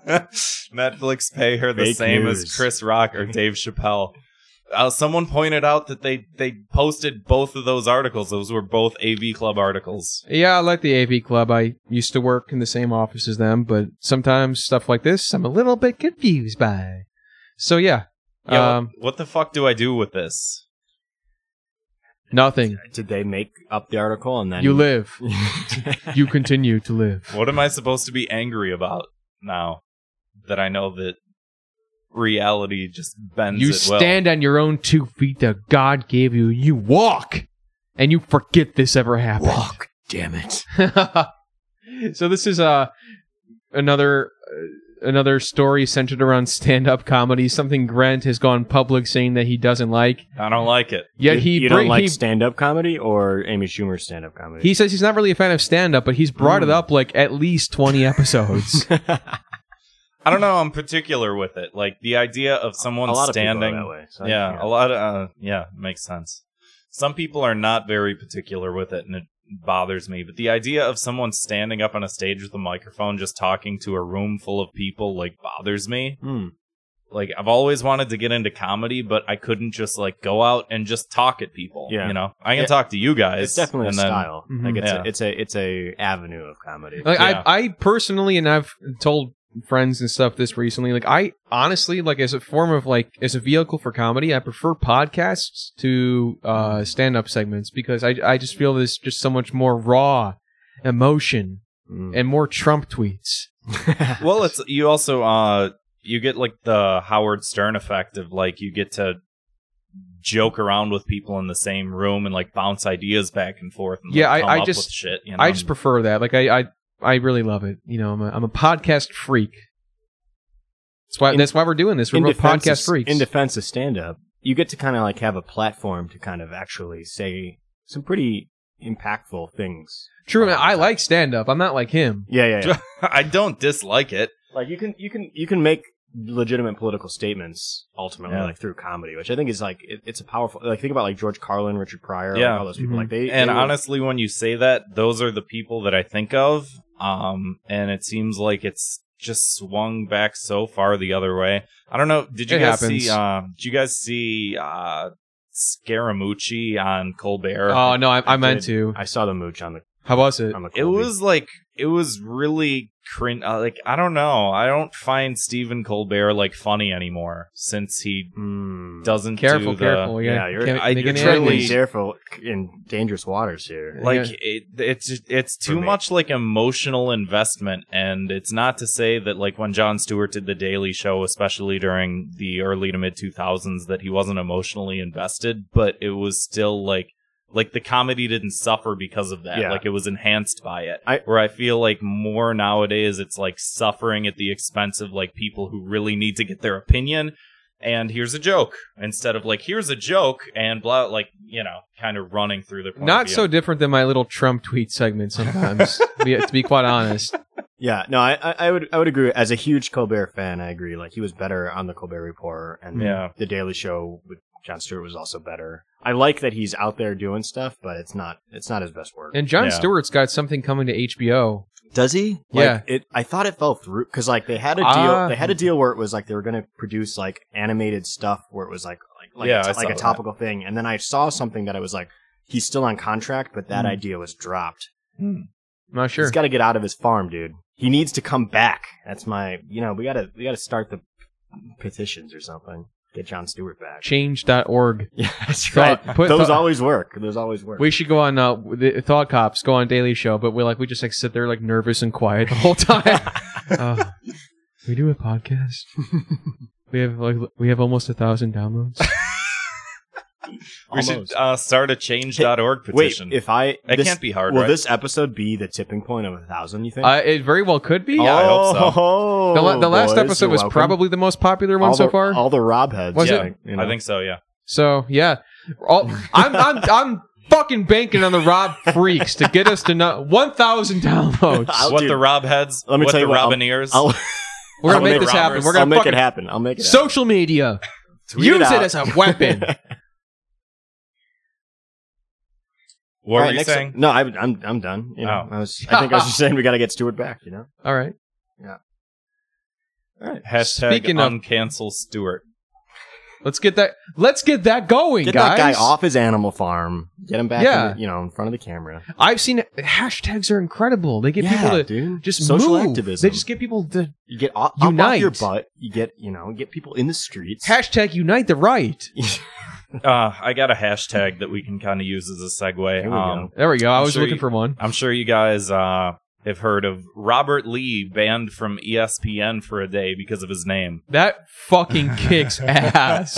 S7: Netflix pay her the
S8: Fake
S7: same as
S8: news.
S7: Chris Rock or Dave Chappelle. Uh, someone pointed out that they they posted both of those articles. Those were both AV Club articles.
S6: Yeah, I like the AV Club. I used to work in the same office as them, but sometimes stuff like this I'm a little bit confused by. So yeah,
S7: Yo,
S6: um,
S7: what the fuck do I do with this?
S6: nothing.
S8: Did they make up the article and then
S6: You live. You continue to live.
S7: What am I supposed to be angry about now that I know that reality just bends
S6: You
S7: at will?
S6: stand on your own two feet that God gave you. You walk, and you forget this ever happened.
S8: Walk, damn it.
S6: so this is uh, another uh, another story centered around stand-up comedy. Something Grant has gone public saying that he doesn't like.
S7: I don't like it.
S6: Yet
S8: you,
S6: he
S8: you
S6: bring-
S8: don't like
S6: he,
S8: stand up comedy or Amy Schumer's stand up comedy.
S6: he says he's not really a fan of stand-up, but he's brought it
S8: Mm.
S6: up like at least twenty episodes.
S7: I don't know. I'm particular with it. Like the idea of someone
S8: a lot
S7: standing.
S8: of people are that way. so I
S7: yeah,
S8: can't-
S7: a lot of uh, yeah makes sense. Some people are not very particular with it, and it bothers me. But the idea of someone standing up on a stage with a microphone, just talking to a room full of people, like bothers me.
S8: Hmm.
S7: like I've always wanted to get into comedy, but I couldn't just like go out and just talk at people.
S8: Yeah.
S7: You know, I can
S8: Yeah.
S7: talk to you guys.
S8: It's definitely a
S7: and then-
S8: style.
S6: Mhm.
S8: Like it's
S7: Yeah.
S8: a, it's a it's a avenue of comedy.
S6: Like
S7: Yeah.
S6: I, I personally, and I've told friends and stuff this recently. Like I honestly, like as a form of like as a vehicle for comedy, I prefer podcasts to uh, stand up segments because I, I just feel there's just so much more raw emotion
S8: Mm.
S6: and more Trump tweets.
S7: well, it's you also uh you get like the Howard Stern effect of like you get to joke around with people in the same room and like bounce ideas back and forth. And, like,
S6: Yeah, I-
S7: come
S6: I
S7: up
S6: just-
S7: with shit. You know?
S6: I
S8: Um,
S6: just prefer that. Like I, I, I really love it. You know, I'm a, I'm a podcast freak. That's why.
S8: In-
S6: that's why we're doing this. We're both
S8: defense
S6: podcast
S8: of-
S6: freaks.
S8: In defense of stand up, you get to kind of like have a platform to kind of actually say some pretty impactful things.
S6: True. man, I like stand up. I'm not like him.
S8: Yeah, yeah, yeah.
S7: I don't dislike it.
S8: like you can you can you can make legitimate political statements ultimately
S7: Yeah.
S8: like through comedy, which I think is like it, it's a powerful like think about like George Carlin, Richard Pryor,
S7: Yeah. Mm-hmm.
S8: like, all those people
S6: Mhm.
S8: like they
S7: And
S8: they were-
S7: honestly, when you say that, those are the people that I think of. Um, and it seems like it's just swung back so far the other way. I don't know. Did you
S6: It
S7: guys
S6: happens.
S7: see? Uh, did you guys see uh, Scaramucci on Colbert?
S6: Oh no, I, I, meant
S8: did.
S6: to.
S8: I saw the mooch on the
S6: How was it?
S8: on the
S7: it
S8: Colby.
S7: was like it was really cringe. Uh, like I don't know. I don't find Stephen Colbert like funny anymore since he
S8: Mm.
S7: doesn't
S6: Careful,
S7: do the,
S6: careful. Yeah,
S8: Yeah, you're-
S6: Can't
S7: I-
S6: make
S7: you're
S6: any
S7: truly-
S8: Treading
S6: enemies.
S8: careful in dangerous waters here.
S7: like
S6: Yeah.
S7: it, it's just- it's
S8: For
S7: too
S8: me.
S7: much like emotional investment and it's not to say that like when Jon Stewart did the Daily Show especially during the early to mid 2000s that he wasn't emotionally invested but it was still like like the comedy didn't suffer because of that
S8: Yeah.
S7: like it was enhanced by it
S8: I-
S7: where I feel like more nowadays it's like suffering at the expense of like people who really need to get their opinion and here's a joke instead of like here's a joke and blah like you know kind of running through the point
S6: Not
S7: of view.
S6: so different than my little Trump tweet segment sometimes. to, be, to be quite honest,
S8: Yeah, no, I, I I would I would agree. As a huge Colbert fan, I agree. Like he was better on the Colbert Report, and
S7: Yeah.
S8: the Daily Show with Jon Stewart was also better. I like that he's out there doing stuff, but it's not it's not his best work.
S6: and John
S7: Yeah.
S6: Stewart's got something coming to HBO.
S8: Does he? Like,
S6: Yeah.
S8: It. I thought it fell through because like they had a deal.
S6: Ah.
S8: they had a deal where it was like they were gonna produce like animated stuff where it was like like like,
S7: Yeah,
S8: a,
S7: I
S8: like
S7: saw
S8: a
S7: that.
S8: topical thing, and then I saw something that I was like, he's still on contract, but that
S7: Mm-hmm.
S6: Hmm.
S8: idea was dropped.
S6: I'm not sure.
S8: He's got to get out of his farm, dude. He needs to come back. That's my, you know, we gotta, we gotta start the petitions or something. Get John Stewart back.
S6: Change.org.
S8: Yeah, that's right.
S6: Thought- put-
S8: Those
S6: thought-
S8: always work. Those always work.
S6: We should go on uh, the Thought Cops, go on Daily Show, but we like we just like sit there like nervous and quiet the whole time. uh, we do a podcast. We have like we have almost a thousand downloads.
S7: We should uh, start a change.org
S8: Wait,
S7: petition.
S8: if I
S7: it
S8: this-
S7: can't be hard,
S8: Will
S7: right?
S8: this episode be the tipping point of a thousand? You think?
S6: Uh, it very well could be.
S8: Oh,
S7: Yeah, I hope so.
S8: so.
S6: the, la- the last episode was probably the most popular one
S8: all
S6: so
S8: the,
S6: far.
S8: All the Rob heads.
S6: Was
S8: I
S7: it?
S8: think, you
S7: I
S8: know.
S7: think so, yeah.
S6: So yeah, All, I'm I'm I'm fucking banking on the Rob freaks to get us to no, 1,000 downloads.
S8: I'll
S7: what
S8: do-
S7: the Rob heads,
S8: Let me
S7: what
S8: tell
S7: the
S8: you what, I'll-
S7: Robin ears.
S8: I'll,
S6: We're gonna
S8: I'll
S6: make
S8: make
S6: this
S7: it
S6: happen.
S7: robbers.
S6: We're
S8: I'll
S6: gonna
S8: make
S6: fucking
S8: it happen. I'll make it. happen.
S6: social media.
S8: Tweet
S6: Use it
S8: out.
S6: as a weapon.
S8: All
S7: what were
S8: right,
S7: you
S8: next-
S7: saying?
S8: No, I'm I'm I'm done. You know,
S7: Oh.
S8: I was I think I was just saying we got to get Stewart back. You know,
S6: All right.
S7: Hashtag
S6: Speaking of-
S7: uncancel Stewart.
S6: Let's get that. Let's get that going,
S8: get
S6: guys.
S8: that guy off his animal farm. Get him back.
S6: Yeah.
S8: in the- you know, in front of the camera.
S6: I've seen hashtags are incredible. They get
S8: yeah,
S6: people to
S8: dude.
S6: just
S8: social
S6: move.
S8: activism.
S6: They just get people to
S8: you get off, up off
S6: Unite.
S8: your butt. You get you know get people in the streets.
S6: hashtag unite the right.
S7: Uh, I got a hashtag that we can kind of use as a
S8: There
S7: segue.
S8: we
S7: Um,
S8: go.
S6: There we go. I
S7: I'm
S6: was
S7: sure
S6: looking
S7: you-
S6: for one.
S7: I'm sure you guys uh, have heard of Robert Lee banned from E ESPN for a day because of his name.
S6: That fucking kicks ass.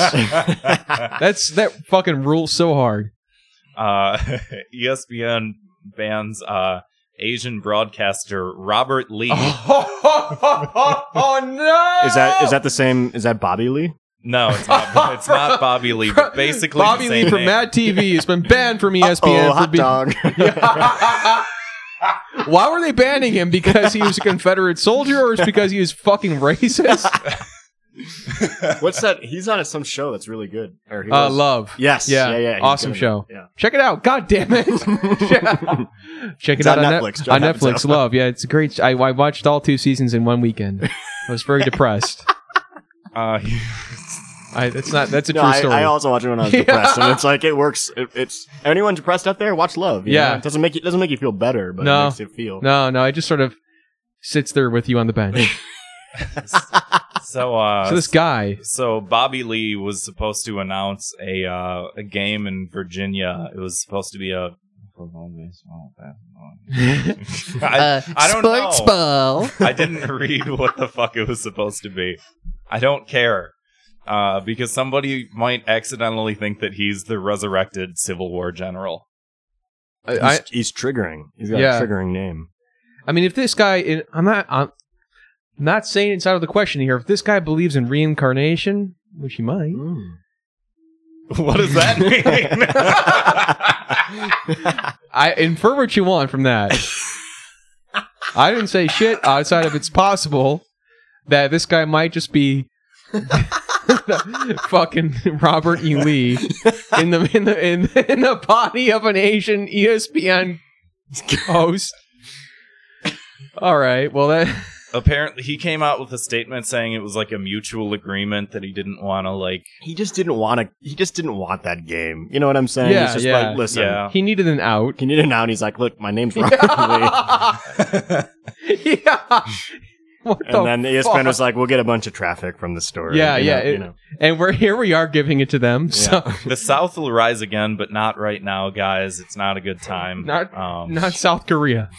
S6: That's that fucking rules so hard.
S7: uh, ESPN bans uh, Asian broadcaster Robert Lee.
S6: Oh, no!
S8: Is that is that the same? Is that Bobby
S6: E
S8: Lee?
S7: No, it's not, it's not Bobby Lee, but basically
S6: Bobby
S7: the same
S6: Lee from
S7: name.
S6: Mad TV has been banned from E
S8: oh,
S6: ESPN for
S8: hot
S6: being.
S8: dog.
S6: Why were they banning him? Because he was a Confederate soldier, or is because he was fucking racist?
S8: What's that? He's on some show that's really good. Or he
S6: Uh,
S8: was-
S6: love.
S8: Yes.
S6: Yeah.
S8: Yeah. Yeah. he's
S6: Awesome
S8: good.
S6: show.
S8: Yeah.
S6: Check it out. God damn it. Check it
S8: It's
S6: out
S8: on
S6: on Net-
S8: Netflix. Don't
S6: on
S8: have it
S6: Netflix.
S8: up.
S6: Love. Yeah, it's a great. I, I watched all two seasons in one weekend. I was very depressed.
S7: Uh,
S6: I, that's not. That's a
S8: No,
S6: true
S8: I,
S6: story.
S8: I also watch it when I was
S6: Yeah.
S8: depressed, and it's like it works. It, it's anyone depressed out there, watch Love. you
S6: Yeah.
S8: know? it doesn't make you, it doesn't make you feel better, but
S6: No.
S8: it makes you feel.
S6: no, no. I just sort of sits there with you on the bench.
S7: so uh,
S6: so this guy.
S7: so Bobby Lee was supposed to announce a uh, a game in Virginia. It was supposed to be a I,
S6: Uh,
S7: I don't know.
S9: ball.
S7: I didn't read what the fuck it was supposed to be. I don't care. Uh, because somebody might accidentally think that he's the resurrected Civil War general.
S6: I, I,
S8: He's, he's triggering. He's got
S6: Yeah.
S8: a triggering name.
S6: I mean, if this guy, in, I'm not, I'm not saying it's out of the question here. If this guy believes in reincarnation, which he might,
S7: What does that mean?
S6: I infer what you want from that. I didn't say shit outside of it's possible that this guy might just be fucking Robert E. Lee in the in the in, the- in the body of an Asian E ESPN host. All right, well that
S7: Apparently, he came out with a statement saying it was like a mutual agreement that he didn't want to like.
S8: He just didn't want to. He just didn't want that game. You know what I'm saying?
S6: Yeah,
S8: He's just
S6: yeah,
S8: like, listen,
S7: Yeah.
S6: he needed an out.
S8: can you do now? And he's like, look, my name's Robert Lee.
S6: yeah. What the
S8: And then E ESPN
S6: fuck?
S8: was like, we'll get a bunch of traffic from the story.
S6: Yeah,
S8: you
S6: yeah,
S8: know,
S6: it-
S8: you know.
S6: and we're here we are giving it to them. So
S7: The South will rise again, but not right now, guys. It's not a good time.
S6: Not-
S7: um,
S6: not South Korea.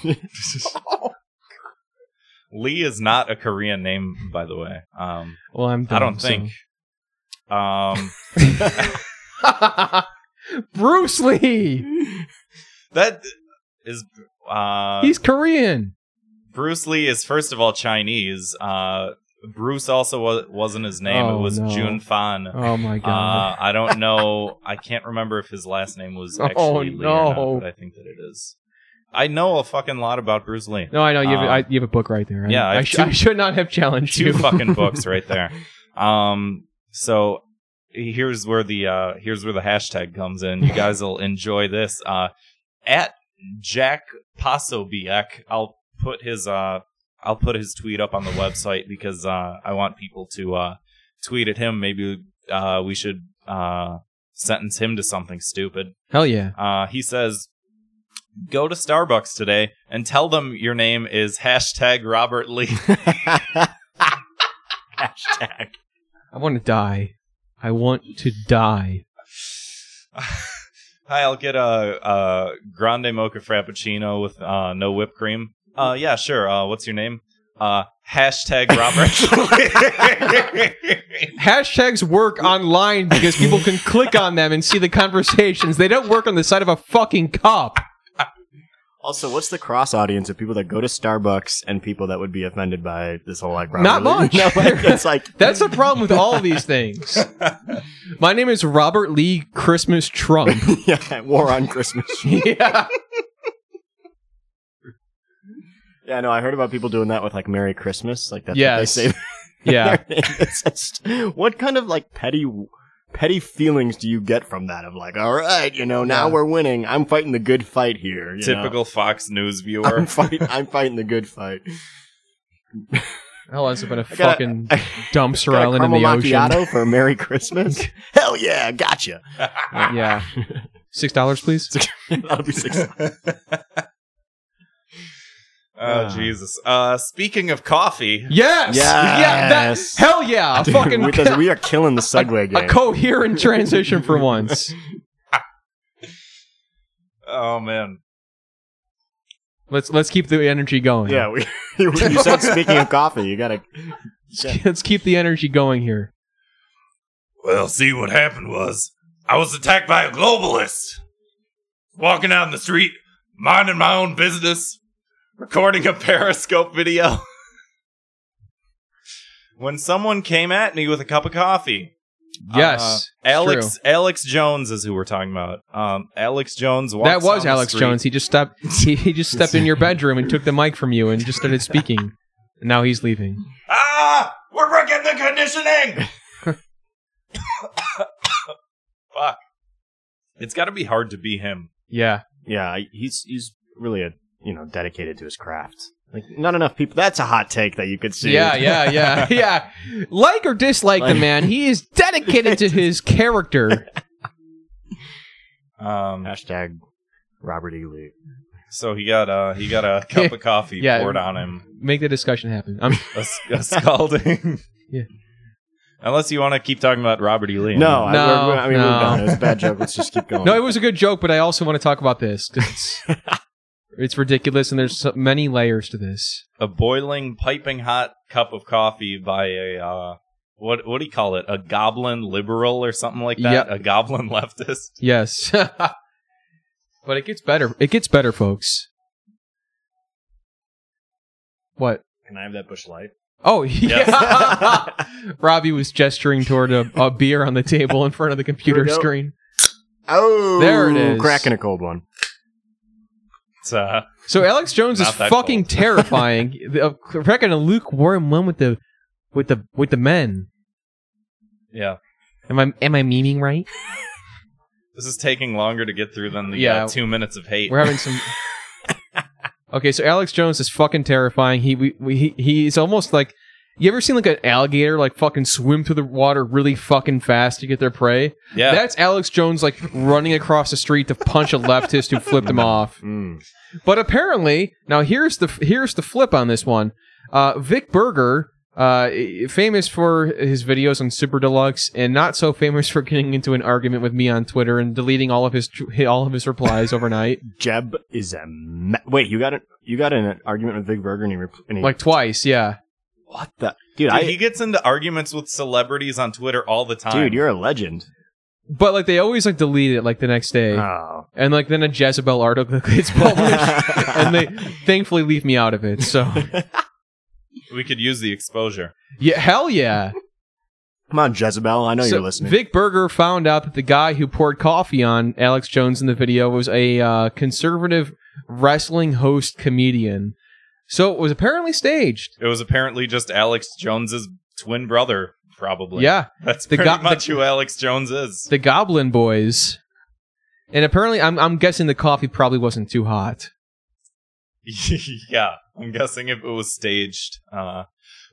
S7: Lee is not a Korean name, by the way. Um,
S6: Well, I'm
S7: I
S6: dumb,
S7: don't
S6: so-
S7: think. Um,
S6: Bruce Lee.
S7: that is. Uh,
S6: He's Korean.
S7: Bruce Lee is first of all Chinese. Uh, Bruce also wa- wasn't his name.
S6: Oh,
S7: it was
S6: no.
S7: Jun Fan.
S6: Oh my god.
S7: Uh, I don't know. I can't remember if his last name was
S6: Oh,
S7: actually Lee or
S6: no.
S7: not, but I think that it is. I know a fucking lot about Bruce Lee.
S6: no, I know you have,
S7: uh,
S6: I, you have a book right there. I-
S7: yeah, I
S6: I,
S7: have
S6: sh-
S7: two-
S6: I should not have challenged
S7: Two
S6: you.
S7: fucking books right there. Um, so here's where the uh, here's where the hashtag comes in. You guys will enjoy this. Uh, at Jack Posobiec, I'll put his uh, I'll put his tweet up on the website because uh, I want people to uh, tweet at him. Maybe uh, we should uh, sentence him to something stupid.
S6: Hell yeah.
S7: Uh, he says, "Go to Starbucks today and tell them your name is hashtag Robert Lee."
S8: Hashtag.
S6: I want to die. I want to die.
S7: Hi, I'll get a, a grande mocha frappuccino with uh, no whipped cream. Uh, yeah, sure. Uh, what's your name? Uh, hashtag Robert.
S6: Hashtags work online because people can click on them and see the conversations. They don't work on the side of a fucking cop.
S8: Also, what's the cross audience of people that go to Starbucks and people that would be offended by this whole like?
S6: Not
S8: Robert Lee-
S6: much.
S8: No, like, it's like
S6: That's the problem with all of these things. My name is Robert Lee Christmas Trump.
S8: yeah, war on Christmas.
S6: yeah.
S8: yeah, no, I heard about people doing that with like Merry Christmas. Like that's what
S6: Yes.
S8: they say.
S6: Yeah.
S8: It's just- what kind of like petty petty feelings do you get from that? Of like, all right, you know, now
S6: Yeah.
S8: we're winning. I'm fighting the good fight here. you know?
S7: Typical Fox News viewer.
S8: I'm fighting. I'm fighting the good fight.
S6: Hell ends up in Oh, a
S8: I got a-
S6: fucking
S8: I
S6: dumpster
S8: got a
S6: island in the
S8: caramel
S6: ocean.
S8: macchiato for Merry Christmas. Hell yeah, gotcha.
S6: Yeah. Six dollars, please.
S8: That'll be six.
S7: Oh Jesus! Uh, speaking of coffee,
S6: Yes. Yeah. That,
S8: Yes.
S6: hell yeah. A
S8: Dude,
S6: fucking
S8: we, does- we are killing the Segway
S6: a
S8: game.
S6: coherent transition for once.
S7: oh man,
S6: Let's let's keep the energy going.
S8: yeah, we, you said speaking of coffee, you gotta.
S6: Let's keep the energy going here.
S7: Well, see, what happened was I was attacked by a globalist. Walking out in the street, minding my own business, recording a Periscope video. when someone came at me with a cup of coffee.
S6: Yes. it's
S7: Uh, Alex
S6: true.
S7: Alex Jones is who we're talking about. Um, Alex Jones walks
S6: That was
S7: down the
S6: Alex
S7: street.
S6: Jones. He just stepped he, he just stepped in your bedroom and took the mic from you and just started speaking. Now he's leaving.
S7: Ah! We're breaking the conditioning! Fuck. It's gotta be hard to be him.
S6: Yeah.
S8: Yeah, he's he's really a you know dedicated to his craft. Like not enough people. That's a hot take that you could see.
S6: Yeah, yeah, yeah, yeah. Like or dislike the
S8: Like-
S6: man, he is dedicated to his character.
S7: Um,
S8: Hashtag Robert E. Lee.
S7: so he got uh he got a cup of coffee
S6: Yeah.
S7: poured on him,
S6: Make the discussion happen. I'm,
S7: a, s- a scalding.
S6: Yeah.
S7: Unless you want to keep talking about Robert E. Lee.
S8: No, I,
S6: No,
S8: we're- we're- I mean
S6: no.
S8: we're done. It was a bad joke. Let's just keep going.
S6: no, it was a good joke, but I also want to talk about this because it's, it's ridiculous and there's so many layers to this.
S7: a boiling, piping hot cup of coffee by a uh, what what do you call it? A goblin liberal or something like that? A goblin leftist.
S6: Yes. but it gets better. It gets better, folks. What?
S8: Can I have that bush light?
S6: Oh, yeah. Robbie was gesturing toward a, a beer on the table in front of the
S8: Here
S6: computer
S8: we go.
S6: screen.
S8: Oh,
S6: There it is.
S8: Cracking a cold one.
S7: It's, uh,
S6: So Alex Jones is
S7: Not that
S6: fucking
S7: cold.
S6: terrifying. The- uh, Cracking a lukewarm one with the with the with the men.
S7: yeah.
S6: Am I am I memeing right?
S7: This is taking longer to get through than the
S6: Yeah.
S7: uh, two minutes of hate.
S6: We're having some. Okay, so Alex Jones is fucking terrifying. He we, we he he's almost like you ever seen like an alligator like fucking swim through the water really fucking fast to get their prey?
S7: yeah.
S6: That's Alex Jones like running across the street to punch a leftist who flipped him off.
S8: Mm.
S6: But apparently, now here's the here's the flip on this one. Uh, Vic Berger, uh, famous for his videos on Super Deluxe, and not so famous for getting into an argument with me on Twitter and deleting all of his tr- all of his replies overnight,
S8: Jeb is a ma- wait. You got an you got in an argument with Big Burger and he, rep- and he
S6: like twice. Yeah,
S8: what the dude?
S7: Dude,
S8: I,
S7: he gets into arguments with celebrities on Twitter all the time.
S8: dude, you're a legend.
S6: but like they always like delete it like the next day,
S8: Oh,
S6: and like then a Jezebel article gets published, and they thankfully leave me out of it. So
S7: we could use the exposure.
S6: yeah, hell yeah.
S8: come on, Jezebel. I know
S6: So,
S8: you're listening.
S6: Vic Berger found out that the guy who poured coffee on Alex Jones in the video was a uh, conservative wrestling host comedian. So it was apparently staged.
S7: It was apparently just Alex Jones's twin brother, probably.
S6: Yeah,
S7: That's
S6: The
S7: pretty
S6: go-
S7: much who Alex Jones is.
S6: the Goblin Boys. And apparently, I'm, I'm guessing the coffee probably wasn't too hot.
S7: yeah, I'm guessing if it was staged. Uh,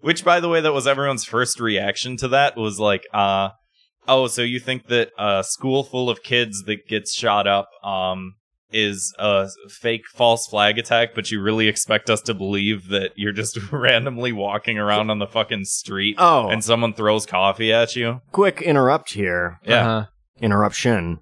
S7: which, by the way, that was everyone's first reaction to that was like, uh, "Oh, so you think that a school full of kids that gets shot up um, is a fake false flag attack, but you really expect us to believe that you're just randomly walking around on the fucking street
S8: oh,
S7: and someone throws coffee at you?"
S8: quick interrupt here.
S7: Yeah,
S6: Uh-huh.
S8: Interruption.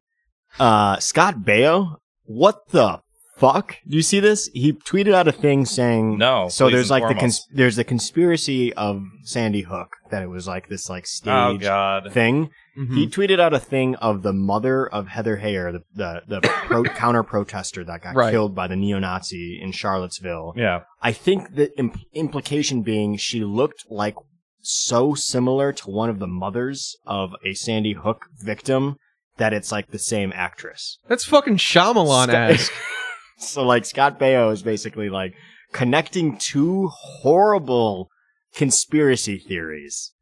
S8: Uh, Scott Baio. What the fuck? Do you see this? He tweeted out a thing saying
S7: no.
S8: So
S7: please
S8: there's like the
S7: inform
S8: cons-
S7: us.
S8: there's the conspiracy of Sandy Hook that it was like this like
S7: oh
S8: stage
S7: god,
S8: thing.
S6: Mhm.
S8: He tweeted out a thing of the mother of Heather Hayer, the the, the pro- counter protester that got
S6: Right.
S8: killed by the neo Nazi in Charlottesville.
S7: yeah.
S8: I think the imp- implication being she looked like so similar to one of the mothers of a Sandy Hook victim that it's like the same actress.
S6: That's fucking Shyamalan
S8: Scott-
S6: ass.
S8: So like Scott Baio is basically like connecting two horrible conspiracy theories.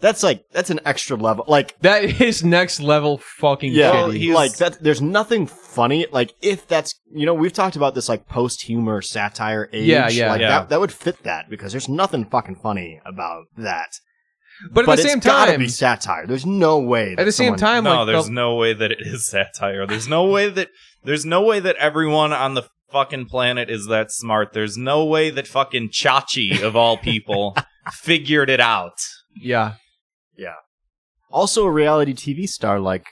S8: That's like that's an extra level. Like
S6: That is next level fucking
S8: yeah,
S7: Well,
S6: shitty.
S7: he's-
S8: like that. There's nothing funny. Like if that's you know we've talked about this like post humor satire age.
S6: Yeah, yeah.
S8: Like
S7: Yeah.
S8: That, that would fit that because there's nothing fucking funny about that.
S6: But at
S8: it's
S6: the same
S8: gotta
S6: time,
S8: be satire. There's no way.
S6: at
S8: that
S6: the same
S8: someone-
S6: time,
S7: no,
S6: like
S7: there's
S6: the-
S7: no way that it is satire. There's no way that there's no way that everyone on the fucking planet is that smart. There's no way that fucking Chachi of all people figured it out.
S6: yeah,
S8: also a reality TV star like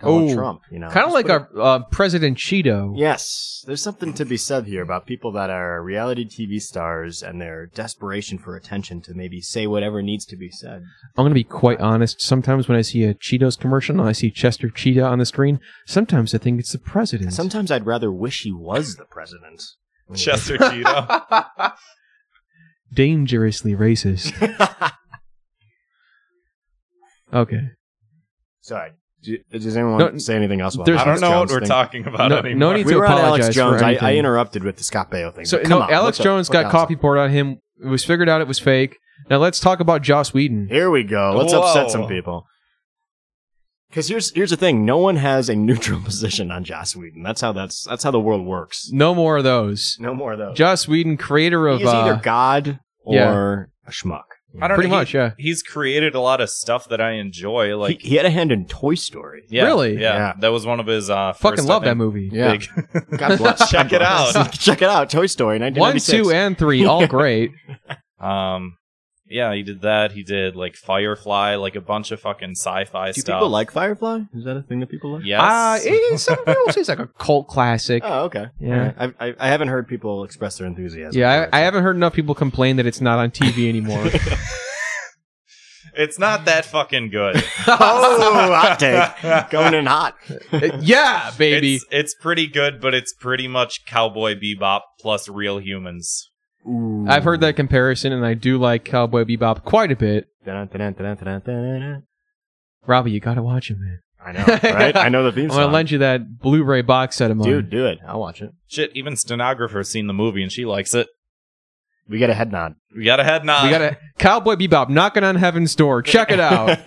S8: Donald
S6: Ooh.
S8: Trump. You know,
S6: kind of
S8: Just
S6: like
S8: put it-
S6: our uh, President Cheeto.
S8: Yes, there's something to be said here about people that are reality TV stars and their desperation for attention to maybe say whatever needs to be said.
S6: I'm gonna be quite honest. Sometimes when I see a Cheetos commercial and I see Chester Cheetah on the screen, sometimes I think it's the president.
S8: Sometimes I'd rather wish he was the president.
S7: Chester Cheeto.
S6: Dangerously racist. Okay.
S8: Sorry. Do- Does anyone
S6: No,
S8: say anything else? About
S6: there's-
S7: I
S8: Alex
S7: don't know what
S8: Jones
S7: we're
S8: thing?
S7: talking
S6: No-
S7: about
S6: no
S7: anymore.
S6: need-
S8: We
S6: to
S8: were on Alex
S6: apologize
S8: Jones.
S6: for
S8: I, I
S6: anything.
S8: interrupted with the Scott Baio thing.
S6: So
S8: but come
S6: no,
S8: on,
S6: Alex
S8: what the-
S6: Jones
S8: what
S6: got
S8: else?
S6: coffee poured on him. It was figured out it was fake. Now let's talk about Joss Whedon.
S8: Here we go. Let's upset
S7: Whoa.
S8: some people. Because here's here's the thing: no one has a neutral position on Joss Whedon. That's how that's that's how the world works.
S6: No more of those.
S8: No more of those.
S6: Joss Whedon, creator of
S8: He's either
S6: uh,
S8: God
S6: yeah.
S8: or a schmuck.
S7: I don't
S6: pretty
S7: know, he-
S6: much, yeah.
S7: He's created a lot of stuff that I enjoy. Like,
S8: he, he had a hand in Toy Story.
S7: yeah,
S6: Really?
S7: yeah,
S8: Yeah.
S7: that was one of his. Uh,
S6: Fucking
S7: first,
S6: love
S7: I
S6: that
S7: think,
S6: movie.
S8: Yeah.
S7: Big.
S8: God bless.
S7: Check
S8: God
S7: it
S8: bless.
S7: out.
S8: Check it out. Toy Story.
S6: One,
S8: 1996.
S6: two, and three, all great.
S7: Um, yeah, he did that. He did like Firefly, like a bunch of fucking sci-fi
S8: Do
S7: stuff.
S8: people like Firefly? Is that a thing that people like?
S7: Yes.
S6: uh, it- it's, it's, it's like a cult classic.
S8: Oh, okay.
S6: Yeah.
S8: All right. I, I, I haven't heard people express their enthusiasm.
S6: Yeah,
S8: for it,
S6: I, I
S8: so-
S6: haven't heard enough people complain that it's not on TV anymore.
S7: it's not that fucking good.
S8: Oh, hot take. Going in hot.
S6: yeah, baby.
S7: It's, it's pretty good, but it's pretty much Cowboy Bebop plus real humans.
S8: Ooh.
S6: I've heard that comparison, and I do like Cowboy Bebop quite a bit.
S8: Dun, dun, dun, dun, dun, dun, dun.
S6: Robbie, you gotta watch it, man.
S8: I know, right? I know the theme
S6: I'm
S8: song.
S6: gonna lend you that Blu-ray box set of mine.
S8: Dude, do it. I'll watch it.
S7: Shit, even stenographer's seen the movie and she likes it.
S8: We got a head nod.
S7: We got a head nod.
S6: we got a Cowboy Bebop knocking on heaven's door. Check it out.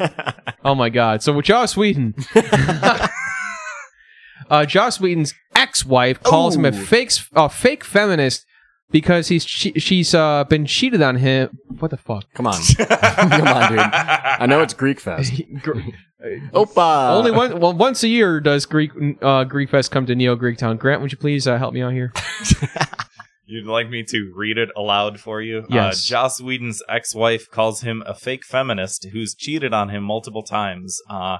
S6: oh my god. So with Joss Whedon. uh, Joss Whedon's ex-wife calls him a
S8: Ooh.
S6: fake a fake feminist because he's she, she's uh, been cheated on him. What the fuck?
S8: Come on. Come on, dude. I know it's Greek fest. Opa.
S6: Only one, well, once a year does Greek uh, Greek Fest come to Neo Greek Town. Grant, would you please uh, help me out here?
S7: You'd like me to read it aloud for you?
S6: Yes.
S7: Uh, Joss Whedon's ex wife calls him a fake feminist who's cheated on him multiple times. Uh,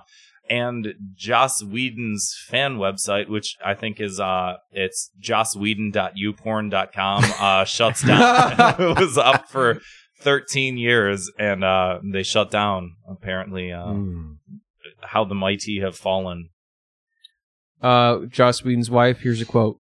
S7: and Joss Whedon's fan website, which I think is uh, it's josswhedon.uporn.com, uh, shuts down. it was up for 13 years, and uh, they shut down. Apparently, uh,
S8: Mm.
S7: how the mighty have fallen.
S6: uh, Joss Whedon's wife. Here's a quote.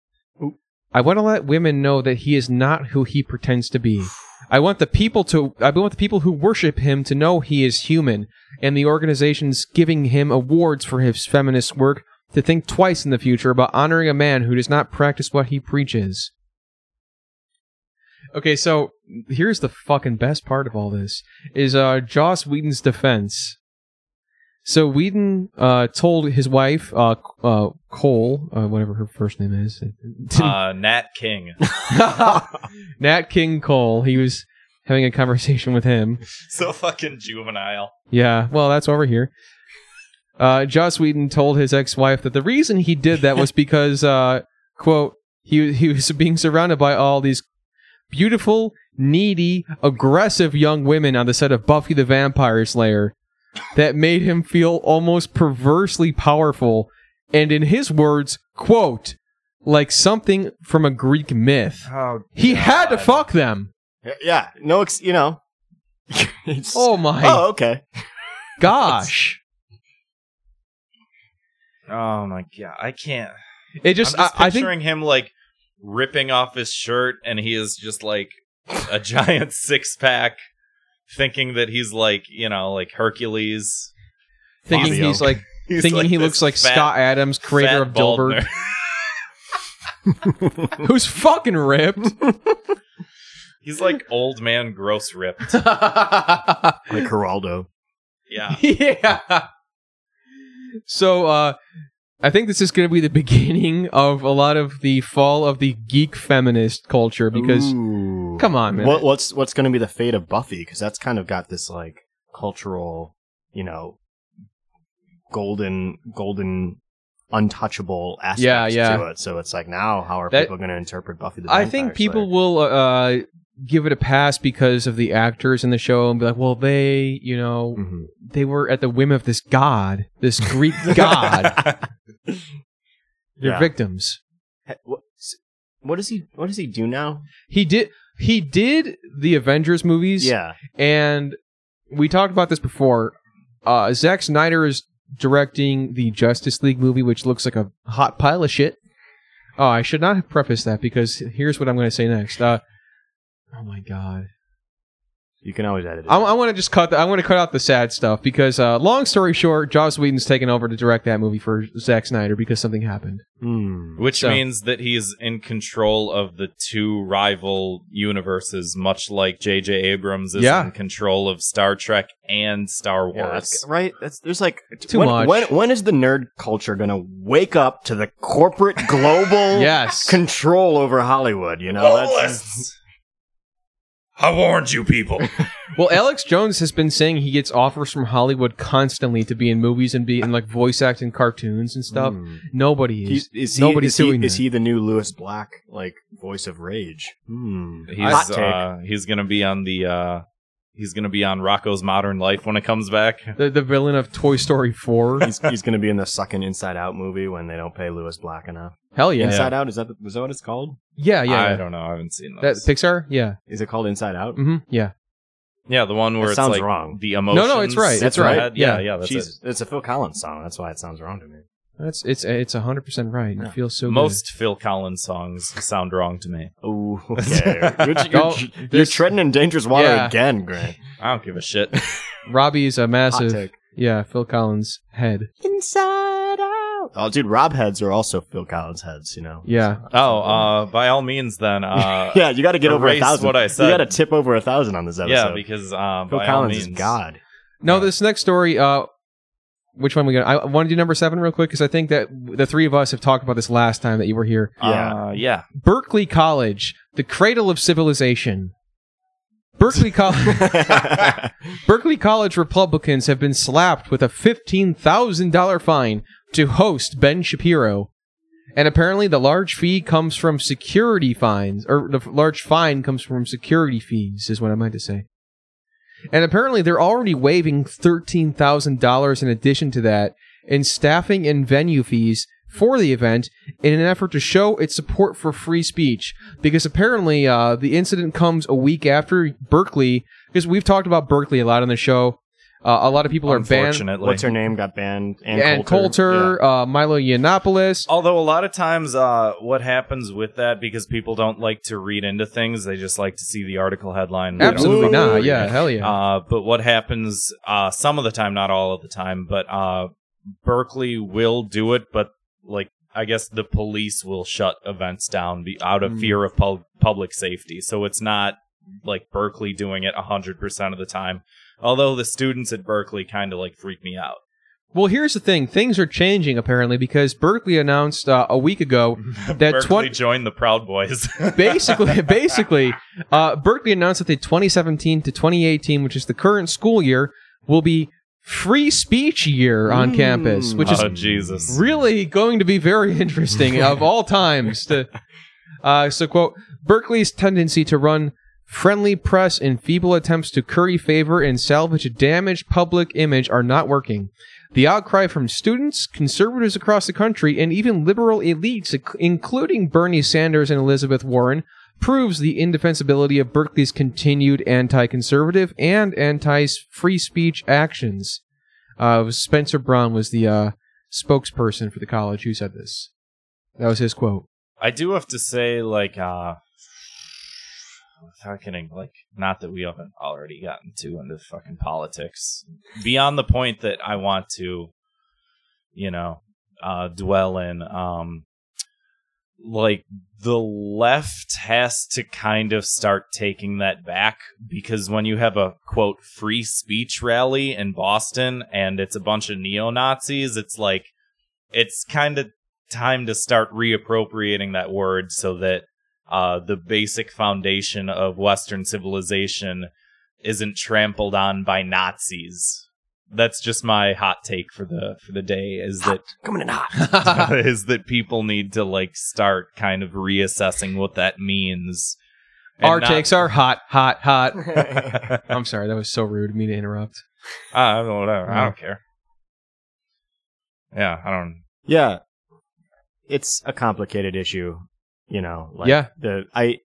S6: I want to let women know that he is not who he pretends to be. I want the people to I want the people who worship him to know he is human and the organizations giving him awards for his feminist work to think twice in the future about honoring a man who does not practice what he preaches. Okay, so here's the fucking best part of all this is uh Joss Whedon's defense. So Whedon uh, told his wife, uh, C- uh, Cole, uh, whatever her first name is,
S7: Uh, Nat King.
S6: Nat King Cole. He was having a conversation with him.
S7: so fucking juvenile.
S6: Yeah, well, that's over here. Uh, Joss Whedon told his ex-wife that the reason he did that was because, uh, quote, he he was being surrounded by all these beautiful, needy, aggressive young women on the set of Buffy the Vampire Slayer that made him feel almost perversely powerful, and in his words, quote, like something from a Greek myth.
S8: Oh,
S6: He had to
S7: God.
S6: fuck them.
S8: yeah. No, ex- you know. It's-
S6: Oh my
S8: Oh, okay.
S6: gosh!
S7: Oh my god, I can't.
S6: It just,
S7: I'm just
S6: I, I think
S7: picturing him like ripping off his shirt, and he is just like a giant six pack, thinking that he's like you know like Hercules.
S6: thinking
S8: Fabio.
S6: he's like
S7: He's
S6: thinking he
S7: this
S6: looks like
S7: fat-
S6: Scott Adams, creator
S7: fat
S6: of
S7: bald
S6: Dilbert,
S7: man.
S6: who's fucking ripped.
S7: He's like old man, gross ripped.
S8: Like Geraldo.
S7: Yeah,
S6: yeah. So uh I think this is going to be the beginning of a lot of the fall of the geek feminist culture because
S8: Ooh.
S6: come on, man.
S8: What, what's what's going to be the fate of Buffy? Because that's kind of got this like cultural, you know, golden, golden, untouchable aspect
S6: Yeah, yeah.
S8: to it. So it's like now, how are
S6: That-
S8: people going to interpret Buffy? The
S6: I
S8: Vampire
S6: think people
S8: Slayer?
S6: will uh give it a pass because of the actors in the show and be like, "Well, they, you know,
S8: Mhm.
S6: they were at the whim of this god, this Greek god. They're
S8: Yeah.
S6: victims."
S8: Hey, what- s- What does he? What does he do now?
S6: He did he did the Avengers movies.
S8: Yeah,
S6: And we talked about this before. Uh, Zack Snyder is directing the Justice League movie, which looks like a hot pile of shit. Oh, I should not have prefaced that because here's what I'm going to say next. Uh, oh my god.
S8: You can always edit it.
S6: I, want to just cut. The, I want to cut out the sad stuff because, uh, long story short, Joss Whedon's taken over to direct that movie for Zack Snyder because something happened.
S8: Hmm.
S7: Which
S6: So-
S7: means that he's in control of the two rival universes, much like J.J. Abrams is
S6: Yeah.
S7: in control of Star Trek and Star Wars.
S8: Yeah, that's, right. That's there's like
S6: Too
S8: when,
S6: much.
S8: When, when is the nerd culture gonna wake up to the corporate global
S6: Yes.
S8: control over Hollywood? You know,
S7: I warned you people.
S6: well, Alex Jones has been saying he gets offers from Hollywood constantly to be in movies and be in like voice acting cartoons and stuff.
S8: Hmm.
S6: Nobody
S8: He-
S6: is.
S8: Is, he,
S6: Nobody's
S8: is he-
S6: doing
S8: is
S6: that.
S8: he the new Lewis Black, like voice of rage? Hmm. Hot
S7: He's
S8: take.
S7: uh, he's gonna be on the uh, he's gonna be on Rocco's Modern Life when it comes back.
S6: The, the villain of Toy Story Four.
S8: he's he's gonna be in the sucking Inside Out movie when they don't pay Lewis Black enough.
S6: Hell yeah.
S8: Inside Out is that the, was that what it's called?
S6: Yeah, yeah.
S7: I
S6: yeah.
S7: don't know. I haven't seen
S6: That
S7: those.
S6: Pixar. Yeah.
S8: Is it called Inside Out?
S6: hmm Yeah.
S7: yeah, the one where
S8: That
S7: it's
S8: sounds
S7: like
S8: wrong.
S7: the emotions.
S6: no, it's right,
S8: it's
S7: in the
S8: right.
S7: head. Yeah,
S6: Yeah.
S7: yeah, that's
S8: Jesus, it's a Phil Collins song. That's why it sounds wrong to me.
S6: That's it's it's hundred percent right.
S8: Yeah.
S6: It feels so
S7: it.
S6: good.
S7: Most Phil Collins songs sound wrong to me.
S8: Ooh, okay. you're, you're,
S6: Don't-
S8: you're
S6: this-
S8: treading in dangerous water
S6: Yeah.
S8: again, Grant.
S7: I don't give a shit.
S6: Robbie's a
S8: Hot
S6: massive.
S8: take.
S6: Yeah, Phil Collins head.
S8: Inside out. Oh, dude, Rob heads are also Phil Collins heads. You know.
S6: Yeah.
S7: Oh, uh, by all means, then. Uh,
S8: yeah. You got to get over a
S7: erase
S8: thousand.
S7: what I said.
S8: You got to tip over a thousand on this episode.
S7: yeah, because uh,
S8: Phil
S7: by all
S8: Collins
S7: means,
S8: is God.
S6: No, this next story. Uh, which one we gonna? I want to do number seven real quick because I think that the three of us have talked about this last time that you were here.
S7: Yeah, uh, yeah.
S6: Berkeley College, the cradle of civilization. Berkeley College.
S8: Yeah.
S6: Berkeley College Republicans have been slapped with a $15,000 fine to host Ben Shapiro. And apparently the large fee comes from security fines or the f- large fine comes from security fees is what I meant to say. And apparently they're already waiving $13,000 in addition to that in staffing and venue fees for the event in an effort to show its support for free speech because apparently uh, the incident comes a week after Berkeley because we've talked about Berkeley a lot on the show. Uh, a lot of people are banned.
S7: Unfortunately,
S8: What's her name got banned? Ann
S6: And Coulter, uh, Milo Yiannopoulos.
S7: Although a lot of times, uh, what happens with that because people don't like to read into things; they just like to see the article headline. They don't
S6: Absolutely
S7: like to
S6: not.
S7: read
S6: Yeah, hell yeah.
S7: Uh, but what happens uh, some of the time, not all of the time, but uh, Berkeley will do it, but like I guess the police will shut events down be, out of
S6: Mm.
S7: fear of pub- public safety. So it's not like Berkeley doing it 100% of the time. Although the students at Berkeley kind of like freak me out.
S6: well, here's the thing: things are changing apparently because Berkeley announced uh, a week ago that
S7: Berkeley
S6: twenty.
S7: joined the Proud Boys.
S6: basically, basically, uh, Berkeley announced that the 2017 to 2018, which is the current school year, will be free speech year on
S8: Mm.
S6: campus, which is
S7: oh, Jesus.
S6: really going to be very interesting of all times. To, uh, so, quote Berkeley's tendency to run friendly press and feeble attempts to curry favor and salvage a damaged public image are not working. The outcry from students, conservatives across the country, and even liberal elites, inc- including Bernie Sanders and Elizabeth Warren, proves the indefensibility of Berkeley's continued anti conservative and anti free speech actions. Uh, Spencer Brown was the uh, spokesperson for the college who said this. That was his quote.
S7: I do have to say, like, uh, fucking, like, not that we haven't already gotten too into fucking politics. Beyond the point that I want to, you know, uh, dwell in, um, like, the left has to kind of start taking that back because when you have a quote free speech rally in Boston and it's a bunch of neo Nazis, it's like, it's kind of time to start reappropriating that word so that uh, the basic foundation of Western civilization isn't trampled on by Nazis. That's just my hot take for the for the day is that
S8: Coming in hot.
S7: is that people need to like start kind of reassessing what that means. and
S6: Our
S7: not-
S6: takes are hot, hot, hot.
S7: I
S6: I'm sorry, that was so rude of me to interrupt.
S7: don't whatever. I don't care. Yeah, I don't.
S8: Yeah. It's a complicated issue, you know. Like
S6: Yeah.
S8: The I.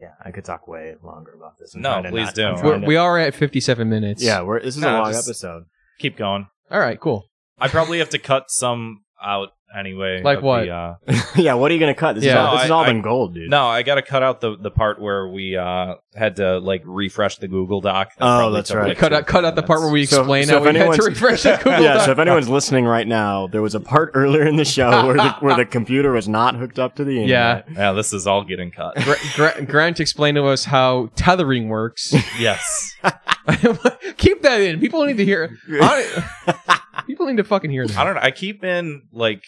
S8: Yeah, I could talk way longer about this. I'm
S7: No,
S8: trying to
S7: please
S8: not-
S7: do.
S8: I'm
S7: We're-
S8: trying
S6: We're,
S8: to-
S6: we are at 57 minutes.
S8: Yeah, we're. This is a
S7: No,
S8: long
S7: just-
S8: episode.
S7: Keep going.
S6: All right, cool.
S7: I probably have to cut some out anyway.
S6: Like
S7: of
S6: what?
S7: the, uh,
S8: yeah, what are you gonna cut? This
S6: Yeah.
S8: is all, this
S7: No,
S8: has
S7: I-
S8: all
S7: I-
S8: been gold, dude.
S7: no, I got to cut out the, the part where we uh, had to like refresh the Google Doc. That
S8: Oh,
S7: probably
S8: that's
S7: took,
S8: right.
S7: like,
S6: cut
S7: two
S6: out cut out the part where we
S8: So-
S6: explain
S8: so
S6: how
S8: if
S6: we had to
S8: anyone's-
S6: refresh the Google
S8: yeah,
S6: Doc.
S8: so if anyone's listening right now, there was a part earlier in the show where the, where the computer was not hooked up to the
S6: yeah.
S8: internet.
S7: minutes. Yeah, this is all getting cut.
S6: Gra- Gra- Grant explained to us how tethering works.
S7: yes.
S6: Keep that in. People need to hear. I- people need to fucking hear
S7: I
S6: that.
S7: don't know. I keep in like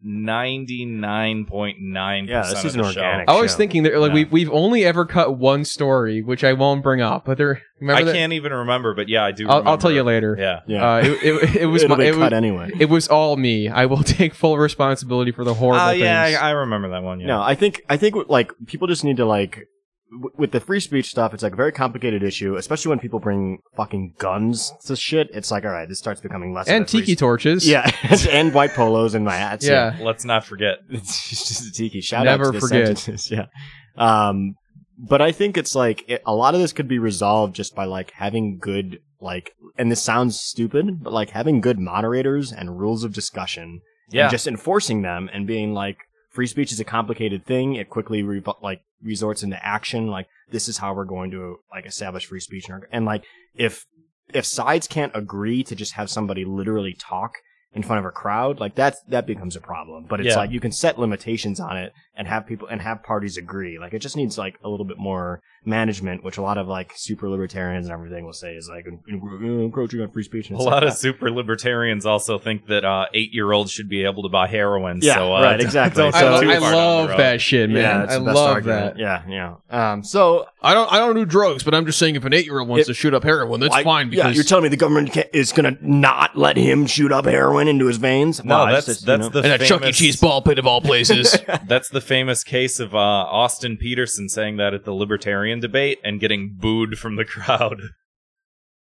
S7: ninety nine point nine.
S8: Yeah, this is
S7: an
S8: an organic.
S6: I was thinking that like
S7: Yeah.
S6: we've we've only ever cut one story, which I won't bring up. But there, remember
S7: I
S6: that?
S7: can't even remember, but yeah, I do.
S6: I'll, I'll tell you later.
S7: remember. Yeah.
S8: Yeah,
S6: Uh, it, it, it
S8: it
S6: was
S8: was It'll
S6: my,
S8: be
S6: it,
S8: cut
S6: was,
S8: anyway.
S6: it was all me. I will take full responsibility for the horrible
S7: Uh, yeah, I,
S6: things.
S7: I remember that one. Yeah.
S8: No, I think I think like people just need to like w- with the free speech stuff. It's like a very complicated issue, especially when people bring fucking guns to shit. It's like all right, this starts becoming less of
S6: and
S8: a free
S6: tiki
S8: sp-
S6: torches.
S8: Yeah, and white polos and my hats.
S6: yeah.
S7: Let's not forget.
S8: it's just a tiki. Shout out
S6: Never
S8: to the
S6: forget.
S8: sentences, Yeah. Um, but I think it's like it, a lot of this could be resolved just by like having good like, and this sounds stupid, but like having good moderators and rules of discussion.
S7: Yeah.
S8: And just enforcing them and being like, free speech is a complicated thing. It quickly re- like resorts into action. Like this is how we're going to like establish free speech. in our- And like if if sides can't agree to just have somebody literally talk in front of a crowd, like that's that becomes a problem. But it's
S7: Yeah.
S8: like you can set limitations on it and have people and have parties agree. Like it just needs like a little bit more management, which a lot of like super libertarians and everything will say is like "En- en- encroaching on free speech. And
S7: a
S8: it's
S7: lot
S8: like,
S7: of super libertarians also think that uh, eight year olds should be able to buy heroin.
S8: Yeah,
S7: so, uh,
S8: right,
S7: don't-
S8: exactly.
S7: Don't
S6: I,
S8: So-
S7: go
S6: lo-
S7: too
S6: I
S7: far down the
S6: love
S7: road.
S6: that shit, man.
S8: Yeah, it's
S6: I
S8: the best
S6: love
S8: argument.
S6: that.
S8: Yeah, yeah. Um, so
S6: I don't I don't do drugs, but I'm just saying if an eight year old wants
S8: It-
S6: to shoot up heroin, that's
S8: Why-
S6: fine
S8: yeah,
S6: because
S8: you're telling me the government can, is gonna not let him shoot up heroin into his veins?
S7: No,
S8: I
S7: that's
S8: just-
S7: that's
S8: you know.
S7: the
S6: and a
S7: famous,
S6: Chuck E. Cheese ball pit of all places.
S7: That's the famous case of uh, Austin Peterson saying that at the libertarian debate and getting booed from the crowd.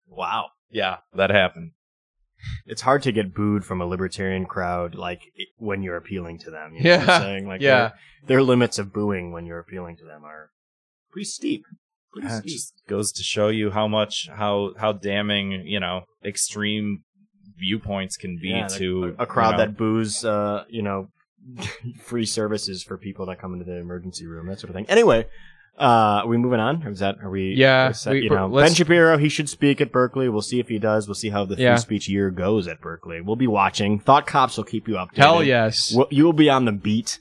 S8: wow.
S7: yeah, that happened.
S8: It's hard to get booed from a libertarian crowd like it- when you're appealing to them. You know
S6: Yeah,
S8: what I'm saying? Like
S6: yeah.
S8: Their, their limits of booing when you're appealing to them are pretty steep. Pretty
S7: That
S8: steep.
S7: just goes to show you how much how how damning you know extreme viewpoints can be
S8: Yeah, like
S7: to
S8: a crowd
S7: you know,
S8: that boos, uh, you know, free services for people that come into the emergency room, that sort of thing. Anyway, uh, are we moving on? Or is that are we?
S6: Yeah,
S8: is that-
S6: we-
S8: you know,
S6: let's-
S8: Ben Shapiro, he should speak at Berkeley. We'll see if he does. We'll see how the
S6: Yeah.
S8: free speech year goes at Berkeley. We'll be watching. Thought cops will keep you updated.
S6: Hell yes,
S8: We'll- you will be on the beat.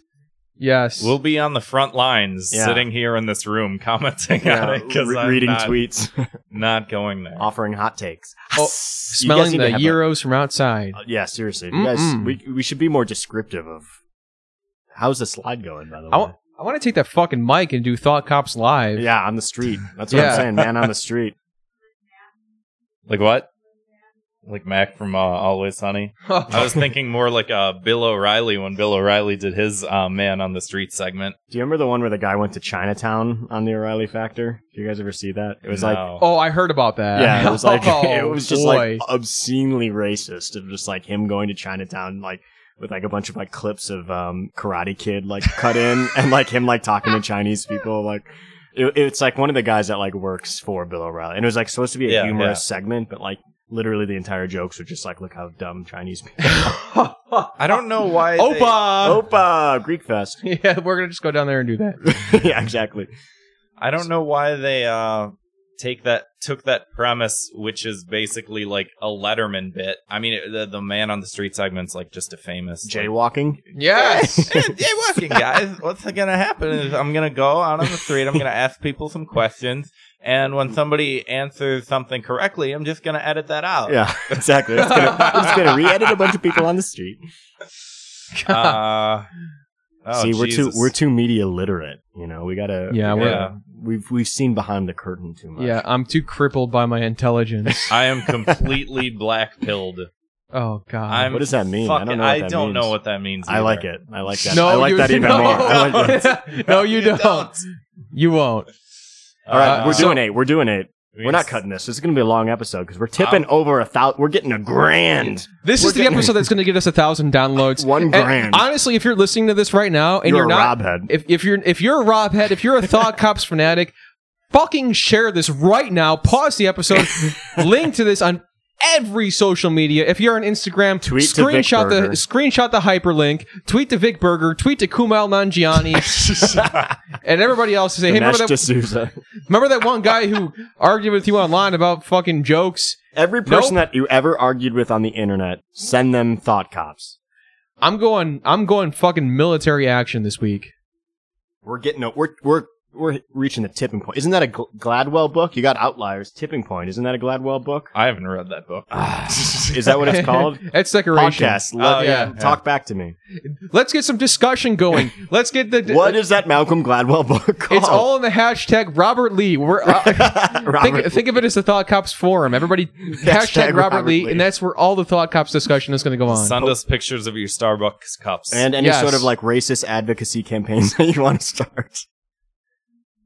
S6: yes.
S7: We'll be on the front lines,
S8: Yeah.
S7: sitting here in this room, commenting on it because
S8: uh, re-
S7: I'm
S8: reading
S7: not,
S8: tweets,
S7: not going there.
S8: offering hot takes, You
S6: Oh,
S8: guys
S6: smelling
S8: need to
S6: the
S8: have a-
S6: euros from outside.
S8: Uh, yeah, seriously, you guys,
S6: Mm-mm.
S8: we we should be more descriptive of how's the slide going. By the way,
S6: I want I want to take that fucking mic and do Thought Cops live.
S8: Yeah, on the street. That's what
S6: Yeah.
S8: I'm saying, man on the street.
S7: Like what? Like Mac from uh, Always Sunny. I was thinking more like uh, Bill O'Reilly when Bill O'Reilly did his uh, Man on the Street segment.
S8: Do you remember the one where the guy went to Chinatown on the O'Reilly Factor? Do you guys ever see that? It was like
S7: No.
S6: oh, I heard about that.
S8: yeah, it was like
S6: Oh,
S8: it was just
S6: boy.
S8: like obscenely racist of just like him going to Chinatown like with like a bunch of like clips of um Karate Kid like cut in and like him like talking to Chinese people like it, it's like one of the guys that like works for Bill O'Reilly and it was like supposed to be a
S7: Yeah,
S8: humorous
S7: yeah.
S8: segment but like literally the entire jokes were just like look how dumb Chinese people
S7: I don't know why. they-
S6: Opa.
S8: Opa Greek Fest
S6: Yeah, we're gonna just go down there and do that.
S8: yeah exactly
S7: I don't know why they uh, take that took that premise, which is basically like a Letterman bit. I mean, it, the, the Man on the Street segment's like just a famous like,
S8: jaywalking
S6: Yes.
S7: Hey, hey, working guys, what's gonna happen is I'm gonna go out on the street. I'm gonna ask people some questions, and when somebody answers something correctly, I'm just gonna edit that out.
S8: Yeah, exactly. It's gonna, I'm just gonna re-edit a bunch of people on the street.
S7: Uh, oh,
S8: See, we're
S7: Jesus.
S8: too we're too media literate. You know, we gotta.
S6: Yeah,
S8: we
S6: we're-
S8: gotta- we've we've seen behind the curtain too much.
S6: yeah, I'm too crippled by my intelligence.
S7: I am completely black pilled.
S6: Oh God.
S7: I'm.
S8: Uh, What does that mean? I
S7: Fucking,
S8: don't know. What that
S7: don't
S8: means.
S7: know what that means.
S8: I like
S7: either.
S8: it. I like that. I like
S6: you-
S8: that even
S6: no.
S8: more. I like that.
S6: no, you, don't. You won't.
S8: All right,
S6: Uh,
S8: we're
S6: so-
S8: doing eight. We're doing eight. We're not cutting this. This is gonna be a long episode because we're tipping over a thousand. We're getting a grand.
S6: This
S8: We're
S6: is the
S8: getting-
S6: episode that's going to get us a thousand downloads.
S8: One
S6: And
S8: grand.
S6: honestly, if you're listening to this right now and
S8: You're
S6: you're,
S8: a
S6: not,
S8: Robhead.
S6: if if you're if you're a Rob head, if you're a Thought Cops fanatic, fucking share this right now. Pause the episode. link to this on every social media. If you're on Instagram,
S8: Tweet to Vic
S6: screenshot the
S8: Berger.
S6: screenshot the hyperlink, tweet to Vic Berger, tweet to Kumail Nanjiani, and everybody else to say, hey, remember
S8: Dinesh
S6: that,
S8: D'Souza.
S6: remember that one guy who argued with you online about fucking jokes?
S8: Every person that you ever argued with on the internet, send them thought cops.
S6: I'm going. I'm going fucking military action this week.
S8: We're getting a, we're we're we're reaching the tipping point. Isn't that a Gl- Gladwell book? You got Outliers, Tipping Point. Isn't that a Gladwell book?
S7: I haven't read that book.
S8: Uh,
S6: Ah.
S8: Is that what it's called?
S6: it's decoration.
S8: Podcast. Love
S7: Oh,
S8: you.
S7: yeah.
S8: Talk back to me.
S6: Let's get some discussion going. Let's get the.
S8: What is that Malcolm Gladwell book called?
S6: It's all in the hashtag Robert Lee. We're uh, think,
S8: Robert
S6: think of it as the Thought Cops forum. Everybody hashtag, Robert,
S8: Robert
S6: Lee,
S8: Lee.
S6: and that's where all the Thought Cops discussion is going to go on.
S7: Send us pictures of your Starbucks cups.
S8: and any
S6: Yes.
S8: sort of like racist advocacy campaigns that you want to start.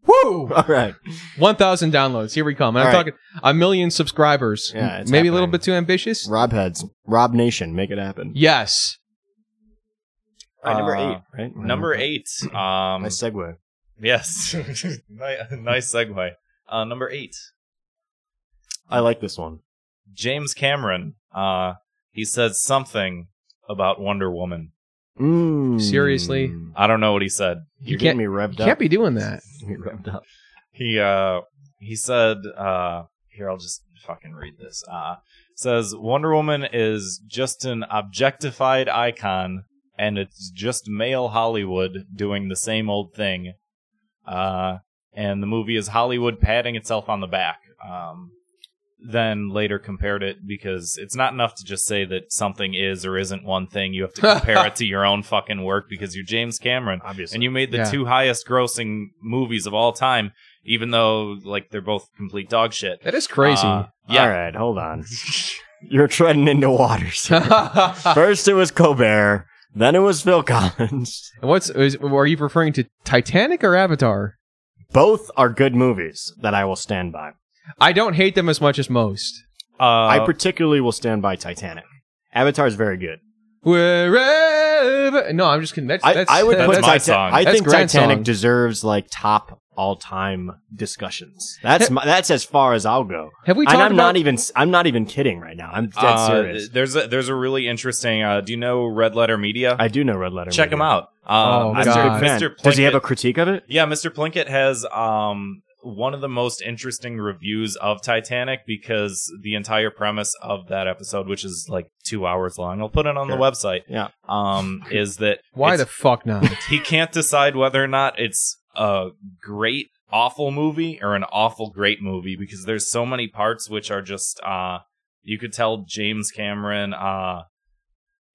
S6: Woo!
S8: All right.
S6: One thousand downloads. Here we come. And I'm
S8: All right.
S6: talking a million subscribers.
S8: Yeah, it's
S6: maybe a little
S8: happening.
S6: bit too ambitious.
S8: Rob heads. Rob Nation. Make it happen.
S6: Yes.
S8: All right, number
S6: Ah.
S7: Uh,
S8: eight, right?
S7: Number eight. Um,
S8: Mm-hmm. Nice segue.
S7: yes. Ni- nice segue. Uh, number eight.
S8: I like this one.
S7: James Cameron. Uh, he says something about Wonder Woman.
S8: Mm.
S6: Seriously?
S8: You
S7: I don't know what he said.
S6: You
S8: getting
S6: can't.
S8: me revved
S6: You can't
S8: up.
S6: be doing that.
S8: Getting me revved up.
S7: he uh he said uh here I'll just fucking read this. Uh says Wonder Woman is just an objectified icon and it's just male Hollywood doing the same old thing. Uh and the movie is Hollywood patting itself on the back. Um then later compared it because it's not enough to just say that something is or isn't one thing. You have to compare it to your own fucking work because you're James Cameron
S8: Obviously.
S7: and you made the
S6: Yeah.
S7: two highest grossing movies of all time even though like they're both complete dog shit
S6: That is crazy.
S7: Uh, yeah
S8: All right, hold on. You're treading into waters. Uh, First it was Colbert, then it was Phil Collins.
S6: And What's is, are you referring to Titanic or Avatar?
S8: Both are good movies that I will stand by.
S6: I don't hate them as much as most.
S7: uh,
S8: I particularly will stand by Titanic. Avatar is very good.
S6: Wherever. No, I'm just kidding. That's,
S8: I,
S6: that's
S8: I would
S6: that's,
S8: put
S7: that's my
S8: Titan-
S7: song.
S8: I
S6: That's
S8: think
S6: Grant's
S8: Titanic
S6: song.
S8: deserves like top all time discussions. That's my, that's as far as I'll go.
S6: Have we
S8: and
S6: talked
S8: I'm
S6: about-
S8: not even I'm not even kidding right now. I'm dead
S7: uh,
S8: serious.
S7: there's a there's a really interesting uh do you know red letter media
S8: I do know Red Letter.
S7: check
S8: Media.
S7: him out
S6: Oh,
S7: uh,
S8: I'm
S6: God.
S8: a big fan.
S7: Mr.
S8: Does he
S7: Plinkett-
S8: have a critique of it?
S7: Yeah, Mr. Plinkett has um one of the most interesting reviews of Titanic because the entire premise of that episode, which is like two hours long, I'll put it on the
S8: Sure.
S7: website.
S8: Yeah.
S7: Um, is that
S6: Why
S7: it's-
S6: the fuck not?
S7: he can't decide whether or not it's a great awful movie or an awful great movie because there's so many parts which are just uh you could tell James Cameron uh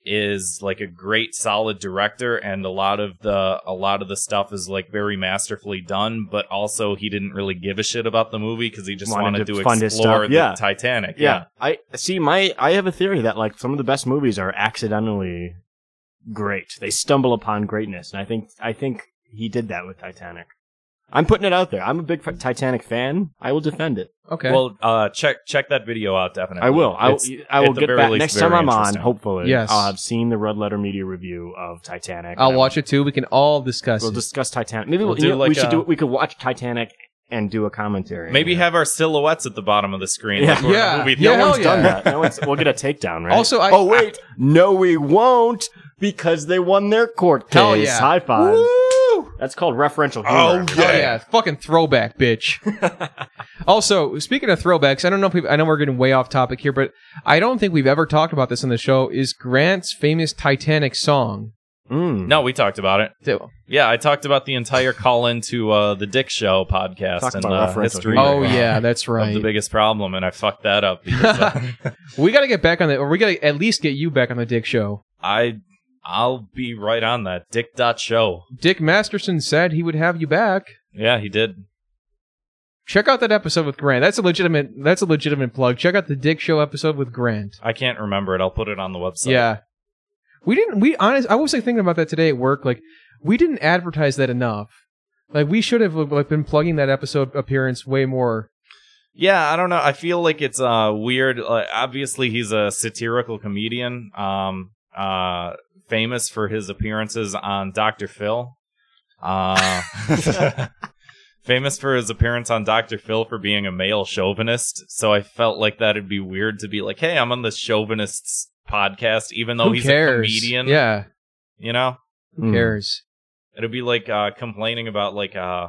S7: is like a great solid director and a lot of the a lot of the stuff is like very masterfully done but also he didn't really give a shit about the movie cuz he just wanted,
S8: Wanted to
S7: to,
S8: fund his
S7: explore
S8: stuff,
S7: the
S8: yeah.
S7: Titanic
S8: yeah. I see. My I have a theory that like some of the best movies are accidentally great. They stumble upon greatness, and I think I think he did that with Titanic. I'm putting it out there. I'm a big Titanic fan. I will defend it.
S6: Okay.
S7: Well, uh, check check that video out definitely.
S8: I will. I, will-
S7: It's-
S8: I
S7: at
S8: will
S7: the
S8: get
S7: very
S8: back
S7: least
S8: next time
S7: very
S8: I'm on.
S7: interesting.
S8: Hopefully,
S6: Yes.
S8: I'll have seen the Red Letter Media review of Titanic.
S6: I'll
S8: and I
S6: watch it too. We can all discuss
S8: We'll
S6: it.
S8: discuss Titanic. Maybe
S7: We'll
S8: we'll,
S7: do
S8: you know,
S7: like
S8: we should
S7: a-
S8: do. We could watch Titanic and do a commentary.
S7: Maybe
S8: Yeah.
S7: have our silhouettes at the bottom of the screen.
S8: Yeah.
S7: like we're in a
S6: Yeah.
S7: movie
S6: Yeah,
S7: theater.
S6: hell
S8: One's done
S6: yeah.
S8: that. No one's- Oh, we'll get a takedown, right?
S6: Also, I-
S8: oh wait, no, we won't because they won their court case.
S6: Hell yeah.
S8: High five.
S6: Woo!
S8: That's called referential humor.
S6: Oh yeah, fucking throwback, bitch. also, speaking of throwbacks, I don't know. If we've, I know we're getting way off topic here, but I don't think we've ever talked about this on the show. Is Grant's famous Titanic song?
S8: Mm.
S7: No, we talked about it.
S6: that-
S7: Yeah, I talked about the entire call in to uh, the Dick Show podcast
S8: Talk
S7: and
S8: about
S7: the
S8: referential
S7: history
S8: humor.
S6: Oh yeah, that's
S7: of
S6: right.
S7: the biggest problem, and I fucked that up. Because, uh,
S6: we got to get back on that, or we got to at least get you back on the Dick Show.
S7: I I'll be right on that Dick dot show.
S6: Dick Masterson said he would have you back.
S7: Yeah, he did.
S6: Check out that episode with Grant. That's a legitimate. That's a legitimate plug. Check out the Dick Show episode with Grant.
S7: I can't remember it. I'll put it on the website.
S6: Yeah. We didn't we honest I was like thinking about that today at work like we didn't advertise that enough. Like we should have like been plugging that episode appearance way more.
S7: Yeah, I don't know. I feel like it's uh weird. Like, obviously, he's a satirical comedian, um, uh, famous for his appearances on Doctor Phil. Uh, Famous for his appearance on Dr. Phil for being a male chauvinist, so I felt like that'd be weird to be like, "Hey, I'm on the chauvinists podcast," even though
S6: Who
S7: he's
S6: cares?
S7: a comedian.
S6: Yeah.
S7: you know,
S8: mm. Hmm.
S6: Who cares?
S7: it'd be like uh, complaining about like uh, uh,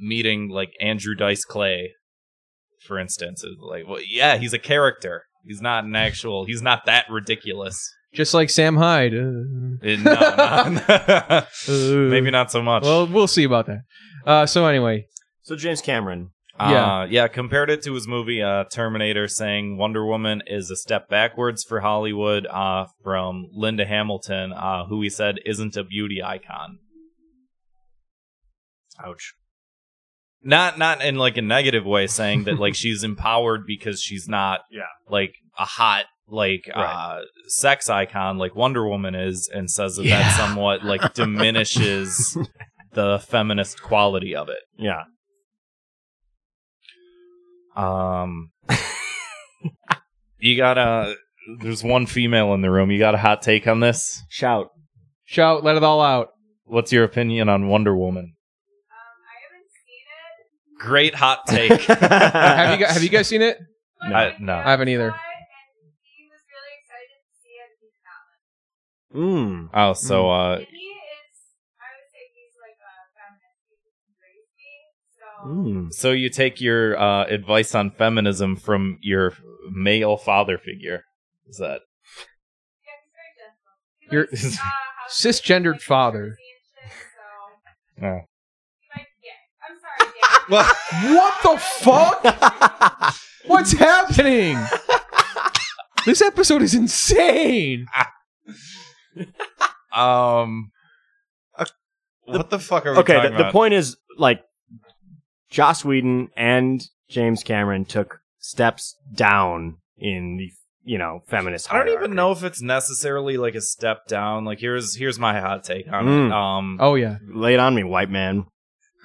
S7: meeting like Andrew Dice Clay, for instance. It's like, well, yeah, he's a character. He's not an actual. He's not that ridiculous.
S6: Just like Sam Hyde. Uh,
S7: Uh, no, no.
S6: Uh.
S7: maybe not so much.
S6: well, we'll see about that. Uh, so anyway,
S8: So James Cameron.
S6: Yeah.
S7: Uh, yeah, compared it to his movie uh, Terminator, saying Wonder Woman is a step backwards for Hollywood uh, from Linda Hamilton, uh, who he said isn't a beauty icon.
S8: Ouch.
S7: Not not in like a negative way, saying that like she's empowered because she's not
S8: Yeah.
S7: like a hot like uh,
S8: Right.
S7: sex icon like Wonder Woman is, and says that
S6: Yeah.
S7: that somewhat like diminishes the feminist quality of it.
S8: Yeah.
S7: Um, you got a. There's one female in the room. You got a hot take on this?
S8: Shout.
S6: shout, let it all out.
S7: What's your opinion on Wonder
S9: Um,
S7: Woman?
S9: I haven't seen it.
S7: Great hot take.
S6: Have you gu- have you guys seen it?
S9: But
S7: No.
S9: my
S7: I- no.
S9: dad
S6: I haven't either.
S9: saw it, and he was really excited to see it. He did not like
S8: Mm.
S7: oh, so uh,
S9: it. He is, I would say he's like a feminist. He's raised me, so
S8: Mm.
S7: so you take your uh, advice on feminism from your male father figure. Is that
S9: yeah, he's very gentle. He
S6: Your-
S9: likes, uh, how to-
S6: cisgendered
S9: like,
S6: father.
S9: privacy and shit, so
S7: Oh.
S9: he might be gay. I'm sorry, gay.
S6: What the fuck? What's happening? This episode is insane.
S7: um? what the fuck are we
S8: Okay,
S7: talking
S8: the, the
S7: about?
S8: point is like Joss Whedon and James Cameron took steps down in the you know feminist.
S7: I don't
S8: hierarchy.
S7: even know if it's necessarily like a step down. Like here's here's my hot take on it.
S8: Mm.
S7: Um,
S6: Oh yeah.
S8: Lay it on me, white man.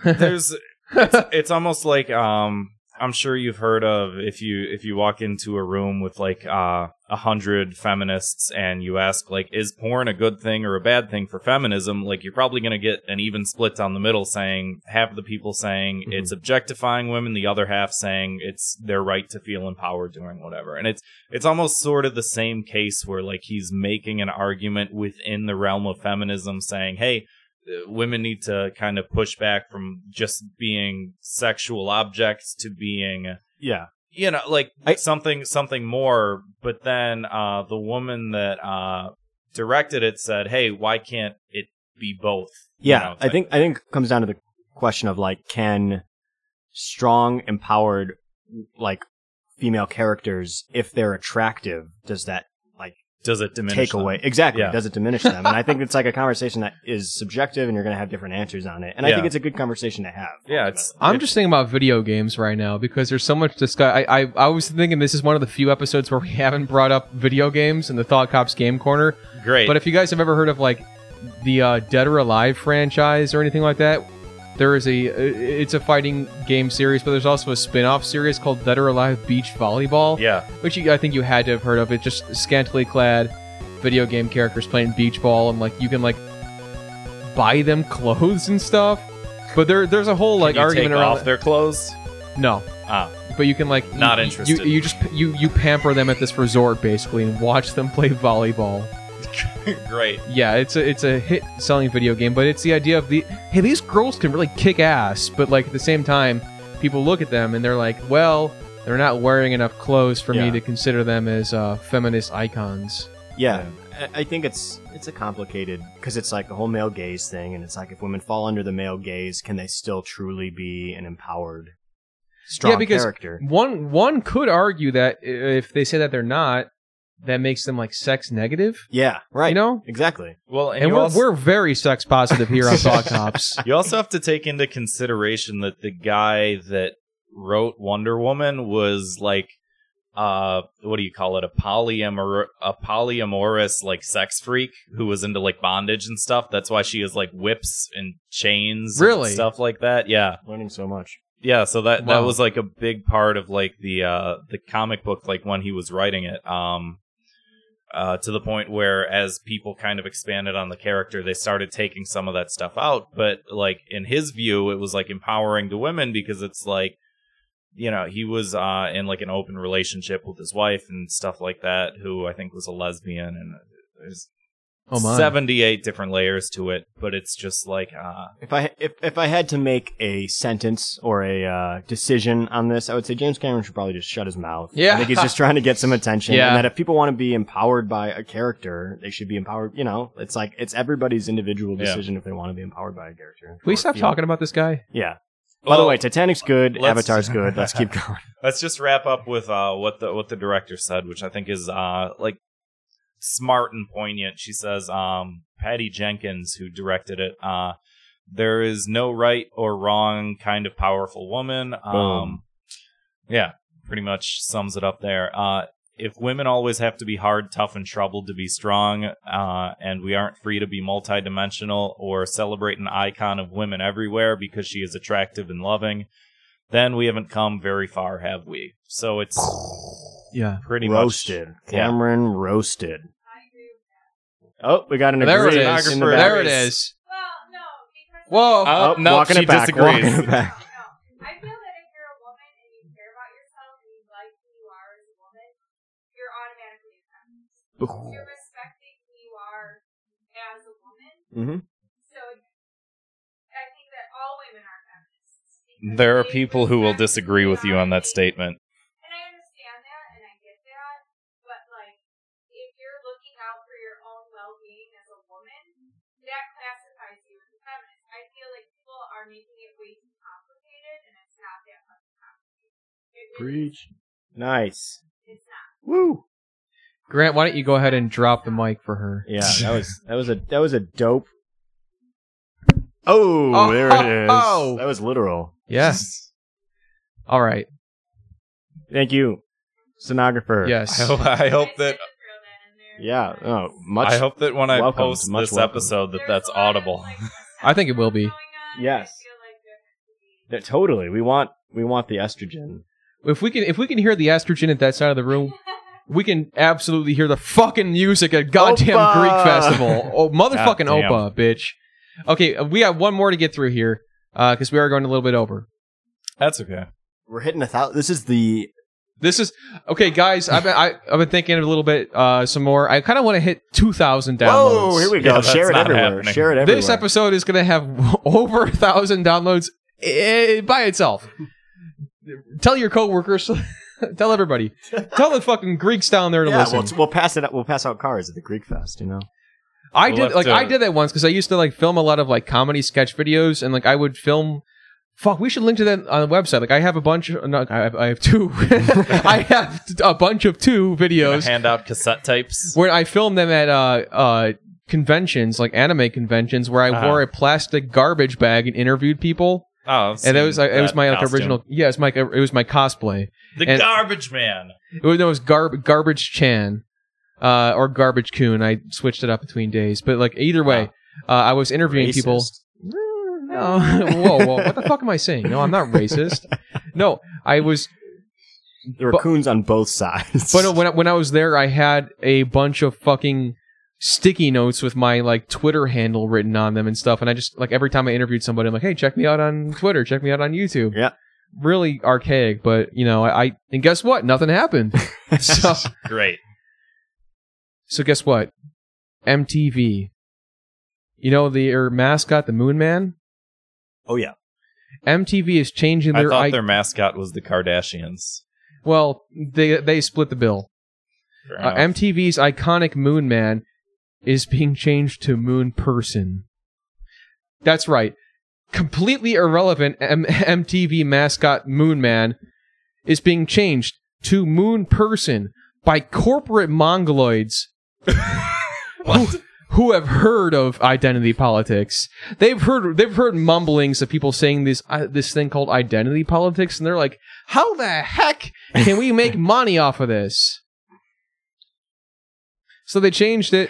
S7: there's it's almost like um I'm sure you've heard of if you if you walk into a room with like uh a hundred feminists and you ask like is porn a good thing or a bad thing for feminism like you're probably gonna get an even split down the middle saying half the people saying
S8: Mhm.
S7: it's objectifying women the other half saying it's their right to feel empowered doing whatever and it's it's almost sort of the same case where like he's making an argument within the realm of feminism saying hey uh, women need to kind of push back from just being sexual objects to being
S8: Yeah.
S7: you know like
S8: I-
S7: something something more but then uh the woman that uh directed it said hey why can't it be both You
S8: Yeah,
S7: know,
S8: I think I think it comes down to the question of like can strong empowered like female characters if they're attractive does that
S7: does it diminish
S8: take
S7: them?
S8: away exactly
S7: Yeah.
S8: does it diminish them and I think it's like a conversation that is subjective and you're going to have different answers on it and I
S7: Yeah.
S8: think it's a good conversation to have.
S7: yeah it's
S6: I'm
S7: it-
S6: just thinking about video games right now because there's so much discuss. I, I I was thinking this is one of the few episodes where we haven't brought up video games in the Thought Cops Game Corner.
S7: great
S6: But if you guys have ever heard of like the uh, Dead or Alive franchise or anything like that, there is a uh, it's a fighting game series, but there's also a spin-off series called Dead or Alive Beach Volleyball,
S7: yeah
S6: which you, I think you had to have heard of. It's just scantily clad video game characters playing beach ball, and like you can like buy them clothes and stuff. But there, there's a whole like
S7: Can you
S6: argument
S7: take
S6: around
S7: off their clothes
S6: no.
S7: Ah.
S6: But you can like you-
S7: Not
S6: you-
S7: interested.
S6: You, you just you you pamper them at this resort basically and watch them play volleyball.
S7: great
S6: Yeah, it's a it's a hit selling video game, but it's the idea of the hey these girls can really kick ass, but like at the same time, people look at them and they're like, well, they're not wearing enough clothes for me
S8: Yeah.
S6: to consider them as uh, feminist icons.
S8: Yeah. I I think it's it's a complicated because it's like the whole male gaze thing, and it's like if women fall under the male gaze, can they still truly be an empowered, strong
S6: yeah, because
S8: character?
S6: one one could argue that i- if they say that they're not, that makes them like sex negative.
S8: Yeah, right.
S6: You know,
S8: exactly.
S7: well and,
S6: and,
S7: you
S6: we're
S7: also-
S6: we're very sex positive here on Thought Cops.
S7: you also have to take into consideration that the guy that wrote Wonder Woman was like uh what do you call it a polyamor a polyamorous like sex freak who was into like bondage and stuff that's why she is like whips and chains and
S6: Really?
S7: stuff like that yeah
S8: Learning so much.
S7: yeah so that that
S6: Wow.
S7: was like a big part of like the uh the comic book like when he was writing it um uh, to the point where as people kind of expanded on the character, they started taking some of that stuff out. But like in his view, it was like empowering to women because it's like, you know, he was uh, in like an open relationship with his wife and stuff like that, who I think was a lesbian, and uh, there's
S6: Oh my.
S7: 78 different layers to it. But it's just like, uh,
S8: If I if if I had to make a sentence or a uh, decision on this, I would say James Cameron should probably just shut his mouth.
S6: Yeah.
S8: I think he's just trying to get some attention.
S6: Yeah.
S8: And that if people want to be empowered by a character, they should be empowered. You know, it's like it's everybody's individual
S7: Yeah.
S8: decision if they want to be empowered by a character.
S6: Will
S8: Or
S6: you stop
S8: feel-
S6: talking about this guy?
S8: Yeah. By the
S7: Well,
S8: way, Titanic's good.
S7: let's-
S8: Avatar's good. Let's keep going.
S7: let's just wrap up with uh, what the what the director said, which I think is uh, like smart and poignant. She says, um, Patty Jenkins, who directed it, uh, there is no right or wrong kind of powerful woman. Um,
S8: Boom.
S7: yeah, pretty much sums it up there. Uh, if women always have to be hard, tough, and troubled to be strong, uh, and we aren't free to be multidimensional or celebrate an icon of women everywhere because she is attractive and loving, then we haven't come very far, have we? So it's
S6: Yeah.
S7: pretty
S8: roasted.
S7: Yeah.
S8: Cameron roasted.
S9: I agree with that.
S8: Oh, we got an
S6: There it
S8: agreement
S6: is.
S8: in the back.
S6: There it is.
S9: Well, no, because
S6: Whoa.
S7: Uh,
S8: Oh,
S7: no,
S8: walking
S7: she
S8: it back,
S7: disagrees.
S9: No,
S8: walking it back.
S9: no. I feel that if you're a woman and you care about yourself and you like who you are as a woman, you're automatically a feminist. You're respecting who you are as a woman.
S8: Mhm.
S9: So I think that all women are feminists. because
S7: There are
S9: they
S7: people who will
S9: respect
S7: disagree
S9: they
S7: with you
S9: are
S7: on that
S9: and they-
S7: statement.
S9: And I understand that and I get that, but like, if you're looking out for your own well being as a woman, that classifies you as a feminist. I feel like people are making it way too complicated and it's not that much complicated. It really
S8: Preach. Nice.
S9: is not.
S8: Woo.
S6: Grant, why don't you go ahead and drop the mic for her?
S8: Yeah, that was that was a that was a dope. Oh,
S6: Oh,
S8: there it is.
S6: oh.
S8: That was literal.
S6: Yes. All right.
S8: Thank you, sonographer.
S6: Yes.
S7: I hope,
S9: I
S7: I hope that
S9: should have thrown that in there.
S8: Yeah. Oh, much.
S7: I hope that when I
S8: welcomed,
S7: post
S8: much
S7: this
S8: welcomed.
S7: episode that
S9: There's
S7: that's
S9: a lot of,
S7: audible.
S9: like,
S6: I think it will be.
S9: going on, and I
S8: Yes.
S9: feel like there has to be-
S8: that totally. We want we want the estrogen.
S6: If we can if we can hear the estrogen at that side of the room, we can absolutely hear the fucking music at goddamn
S8: Opa!
S6: Greek festival. Oh motherfucking
S7: Goddamn.
S6: Opa, bitch. Okay, we have one more to get through here. Uh, because we are going a little bit over.
S7: That's okay.
S8: We're hitting a thousand. This is the
S6: This is okay, guys. I've been I, I've been thinking a little bit uh, some more. I kind of want to hit two thousand downloads.
S8: whoa. Here we
S7: Yeah,
S8: go.
S7: that's
S8: Share it
S7: not
S8: everywhere.
S7: happening.
S8: Share it everywhere.
S6: This episode is going to have over a thousand downloads i- by itself. tell your coworkers. tell everybody. Tell the fucking Greeks down there to
S8: Yeah,
S6: listen.
S8: we'll, we'll pass it. out- We'll pass out cards at the Greek Fest. You know.
S6: I
S7: We'll
S6: did
S7: have
S6: like
S7: to-
S6: I did that once because I used to like film a lot of like comedy sketch videos and like I would film. Fuck, we should link to that on the website. Like I have a bunch. Of, no, I have, I have two. I have a bunch of two
S7: Gonna
S6: videos
S7: Hand out cassette tapes.
S6: where I filmed them at uh uh conventions like anime conventions where I
S7: Uh-huh.
S6: wore a plastic garbage bag and interviewed people.
S7: Oh,
S6: and that was like, it was my like, original. Yeah, it was my it was my cosplay.
S7: The
S6: and-
S7: Garbage Man.
S6: It was no, it was garb garbage Chan, uh, or garbage Coon. I switched it up between days, but like either way, uh, I was interviewing people.
S8: Racist.
S6: No, whoa, whoa, what the fuck am I saying? No, I'm not racist. No, I was.
S8: There were
S6: But-
S8: coons on both sides.
S6: But when I, when I was there, I had a bunch of fucking sticky notes with my like Twitter handle written on them and stuff. And I just like every time I interviewed somebody, I'm like, hey, check me out on Twitter, check me out on YouTube.
S8: Yeah.
S6: Really archaic, but you know, I, I and guess what? Nothing happened. so,
S7: Great.
S6: So guess what? MTV. You know their mascot, the Moon Man.
S8: oh yeah.
S6: MTV is changing
S7: I
S6: their.
S7: thought
S6: I-
S7: their mascot was the Kardashians.
S6: well, they they split the bill.
S7: Fair
S6: Uh,
S7: enough.
S6: MTV's iconic Moon Man is being changed to Moon Person. That's right. Completely irrelevant M- MTV mascot Moon Man is being changed to Moon Person by corporate mongoloids who, who have heard of identity politics. They've heard they've heard mumblings of people saying this uh, this thing called identity politics, and they're like, "How the heck can we make money off of this?" So they changed it.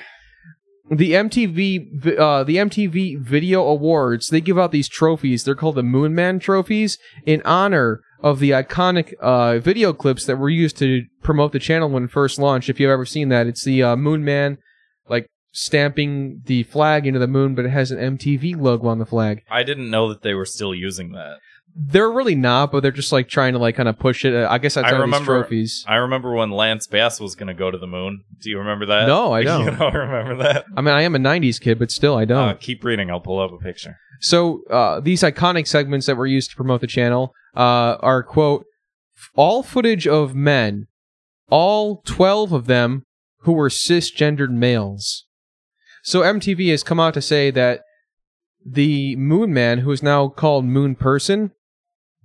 S6: The MTV, vi- uh, the MTV Video Awards, they give out these trophies. They're called the Moon Man trophies in honor of the iconic uh, video clips that were used to promote the channel when it first launched. If you've ever seen that, it's the uh, Moon Man, like stamping the flag into the moon, but it has an MTV logo on the flag.
S7: I didn't know that they were still using that.
S6: They're really not, but they're just like trying to like kind of push it. Uh, I guess that's
S7: I
S6: out of these
S7: remember-
S6: trophies.
S7: I remember when Lance Bass was going to go to the moon. Do you remember that?
S6: No, I
S7: You
S6: don't.
S7: don't remember that?
S6: I mean, I am a '90s kid, but still, I don't.
S7: Uh, keep reading. I'll pull up a picture.
S6: So uh, these iconic segments that were used to promote the channel uh, are quote all footage of men, all twelve of them who were cisgendered males. So MTV has come out to say that the Moon Man, who is now called Moon Person,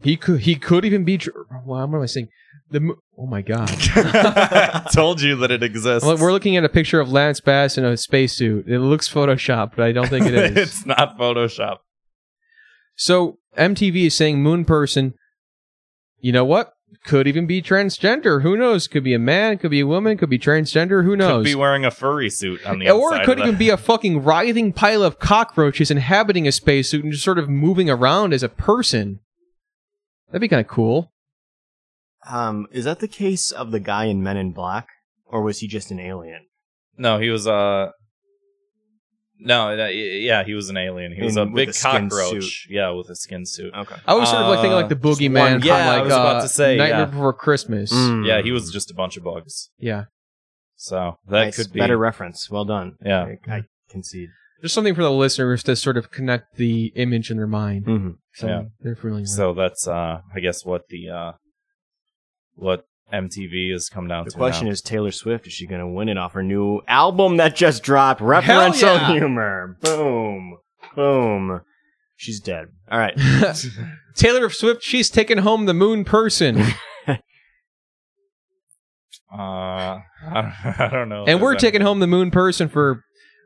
S6: he could he could even be. Tr- well, what am I saying? The mo- oh my god.
S7: Told you that it exists.
S6: Well, We're looking at a picture of Lance Bass in a spacesuit. It looks photoshopped, but I don't think it is.
S7: it's not Photoshop.
S6: So MTV is saying Moon Person. You know what? Could even be transgender. Who knows? Could be a man. Could be a woman. Could be transgender. Who
S7: Could
S6: knows?
S7: be wearing a furry suit on the
S6: or
S7: outside
S6: it could
S7: of
S6: even
S7: that.
S6: be a fucking writhing pile of cockroaches inhabiting a spacesuit and just sort of moving around as a person. That'd be kind of cool.
S8: Um, is that the case of the guy in Men in Black, or was he just an alien?
S7: No, he was Uh... No, that- yeah, he was an alien. He was
S8: In-
S7: a
S8: with
S7: big
S8: a skin
S7: cockroach. Yeah, with a skin suit.
S8: Okay.
S6: I was sort of like thinking like the
S7: Uh, just
S6: boogeyman
S7: one-
S6: from
S7: yeah, I
S6: like
S7: was about
S6: uh,
S7: to say,
S6: Nightmare
S7: yeah. Mm.
S6: Before Christmas.
S8: Hmm.
S7: Yeah, he was just a bunch of bugs.
S6: Yeah,
S7: So that
S8: Nice.
S7: could be
S8: better reference. Well done.
S7: Yeah.
S8: I, I concede.
S6: just something for the listeners to sort of connect the image in their mind.
S8: Mm-hmm.
S6: So
S7: Mm. Yeah.
S6: they're feeling. it.
S7: So that's uh I guess what the uh what MTV has come down
S8: The
S7: to.
S8: question is Taylor Swift, is she going to win it off her new album that just dropped? Referential
S6: yeah.
S8: humor. Boom. Boom. She's dead. All right.
S6: Taylor Swift, she's taking home the moon person.
S7: now. uh I don't, I don't know. if
S6: and we're
S7: there's
S6: taking
S7: any-
S6: home the moon person for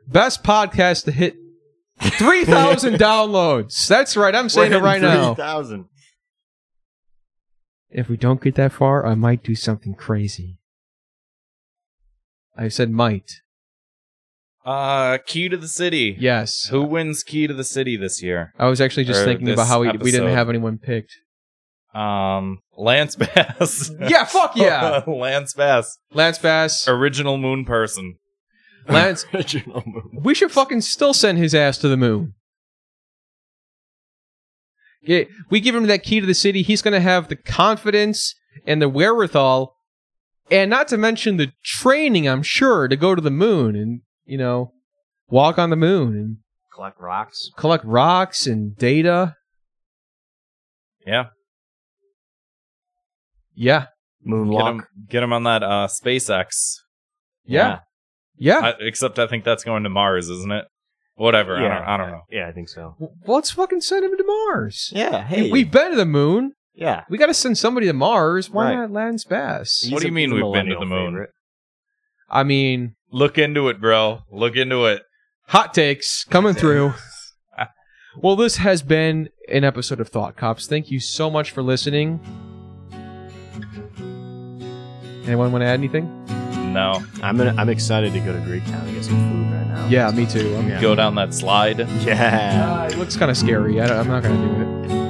S6: best podcast to hit 3,000 downloads. That's right. I'm saying it right now.
S8: 3,000.
S6: If we don't get that far, I might do something crazy. I said might.
S7: uh Key to the City.
S6: Yes.
S7: Who wins Key to the City this year?
S6: I was actually just
S7: Or
S6: thinking
S7: this
S6: about how we, we didn't
S7: episode.
S6: have anyone picked.
S7: Um Lance Bass.
S6: Yeah, fuck yeah.
S7: Lance Bass.
S6: Lance Bass.
S7: Original moon person.
S6: Lance.
S8: Original movie.
S6: We should fucking still send his ass to the moon. Yeah, we give him that key to the city. He's going to have the confidence and the wherewithal, and not to mention the training, I'm sure, to go to the moon and, you know, walk on the moon and
S8: Collect rocks.
S6: collect rocks and data.
S7: Yeah.
S6: Yeah.
S7: Get
S8: Moonwalk.
S7: him get him on that uh SpaceX.
S6: Yeah. Yeah.
S7: I, except I think that's going to Mars, isn't it? Whatever. I don't I don't know.
S8: Yeah, I think so.
S6: W- Let's fucking send him to Mars.
S8: Yeah. Hey.
S6: We've been to the moon.
S8: yeah.
S6: We got to send somebody to Mars. Why
S8: Right.
S6: not Lance Bass?
S7: What do you mean
S8: he's a
S7: we've been to
S8: millennial
S7: the moon?
S8: favorite.
S6: I mean,
S7: Look into it, bro. Look into it.
S6: hot takes coming through. well, this has been an episode of Thought Cops. Thank you so much for listening. Anyone want to add anything?
S7: No.
S8: I'm gonna, I'm excited to go to Greek Town and get some food right now.
S6: Yeah, me too. I'm-
S8: Yeah.
S7: Go down that slide.
S8: Yeah.
S6: Uh, it looks kind of scary. I don't, I'm not going to do it.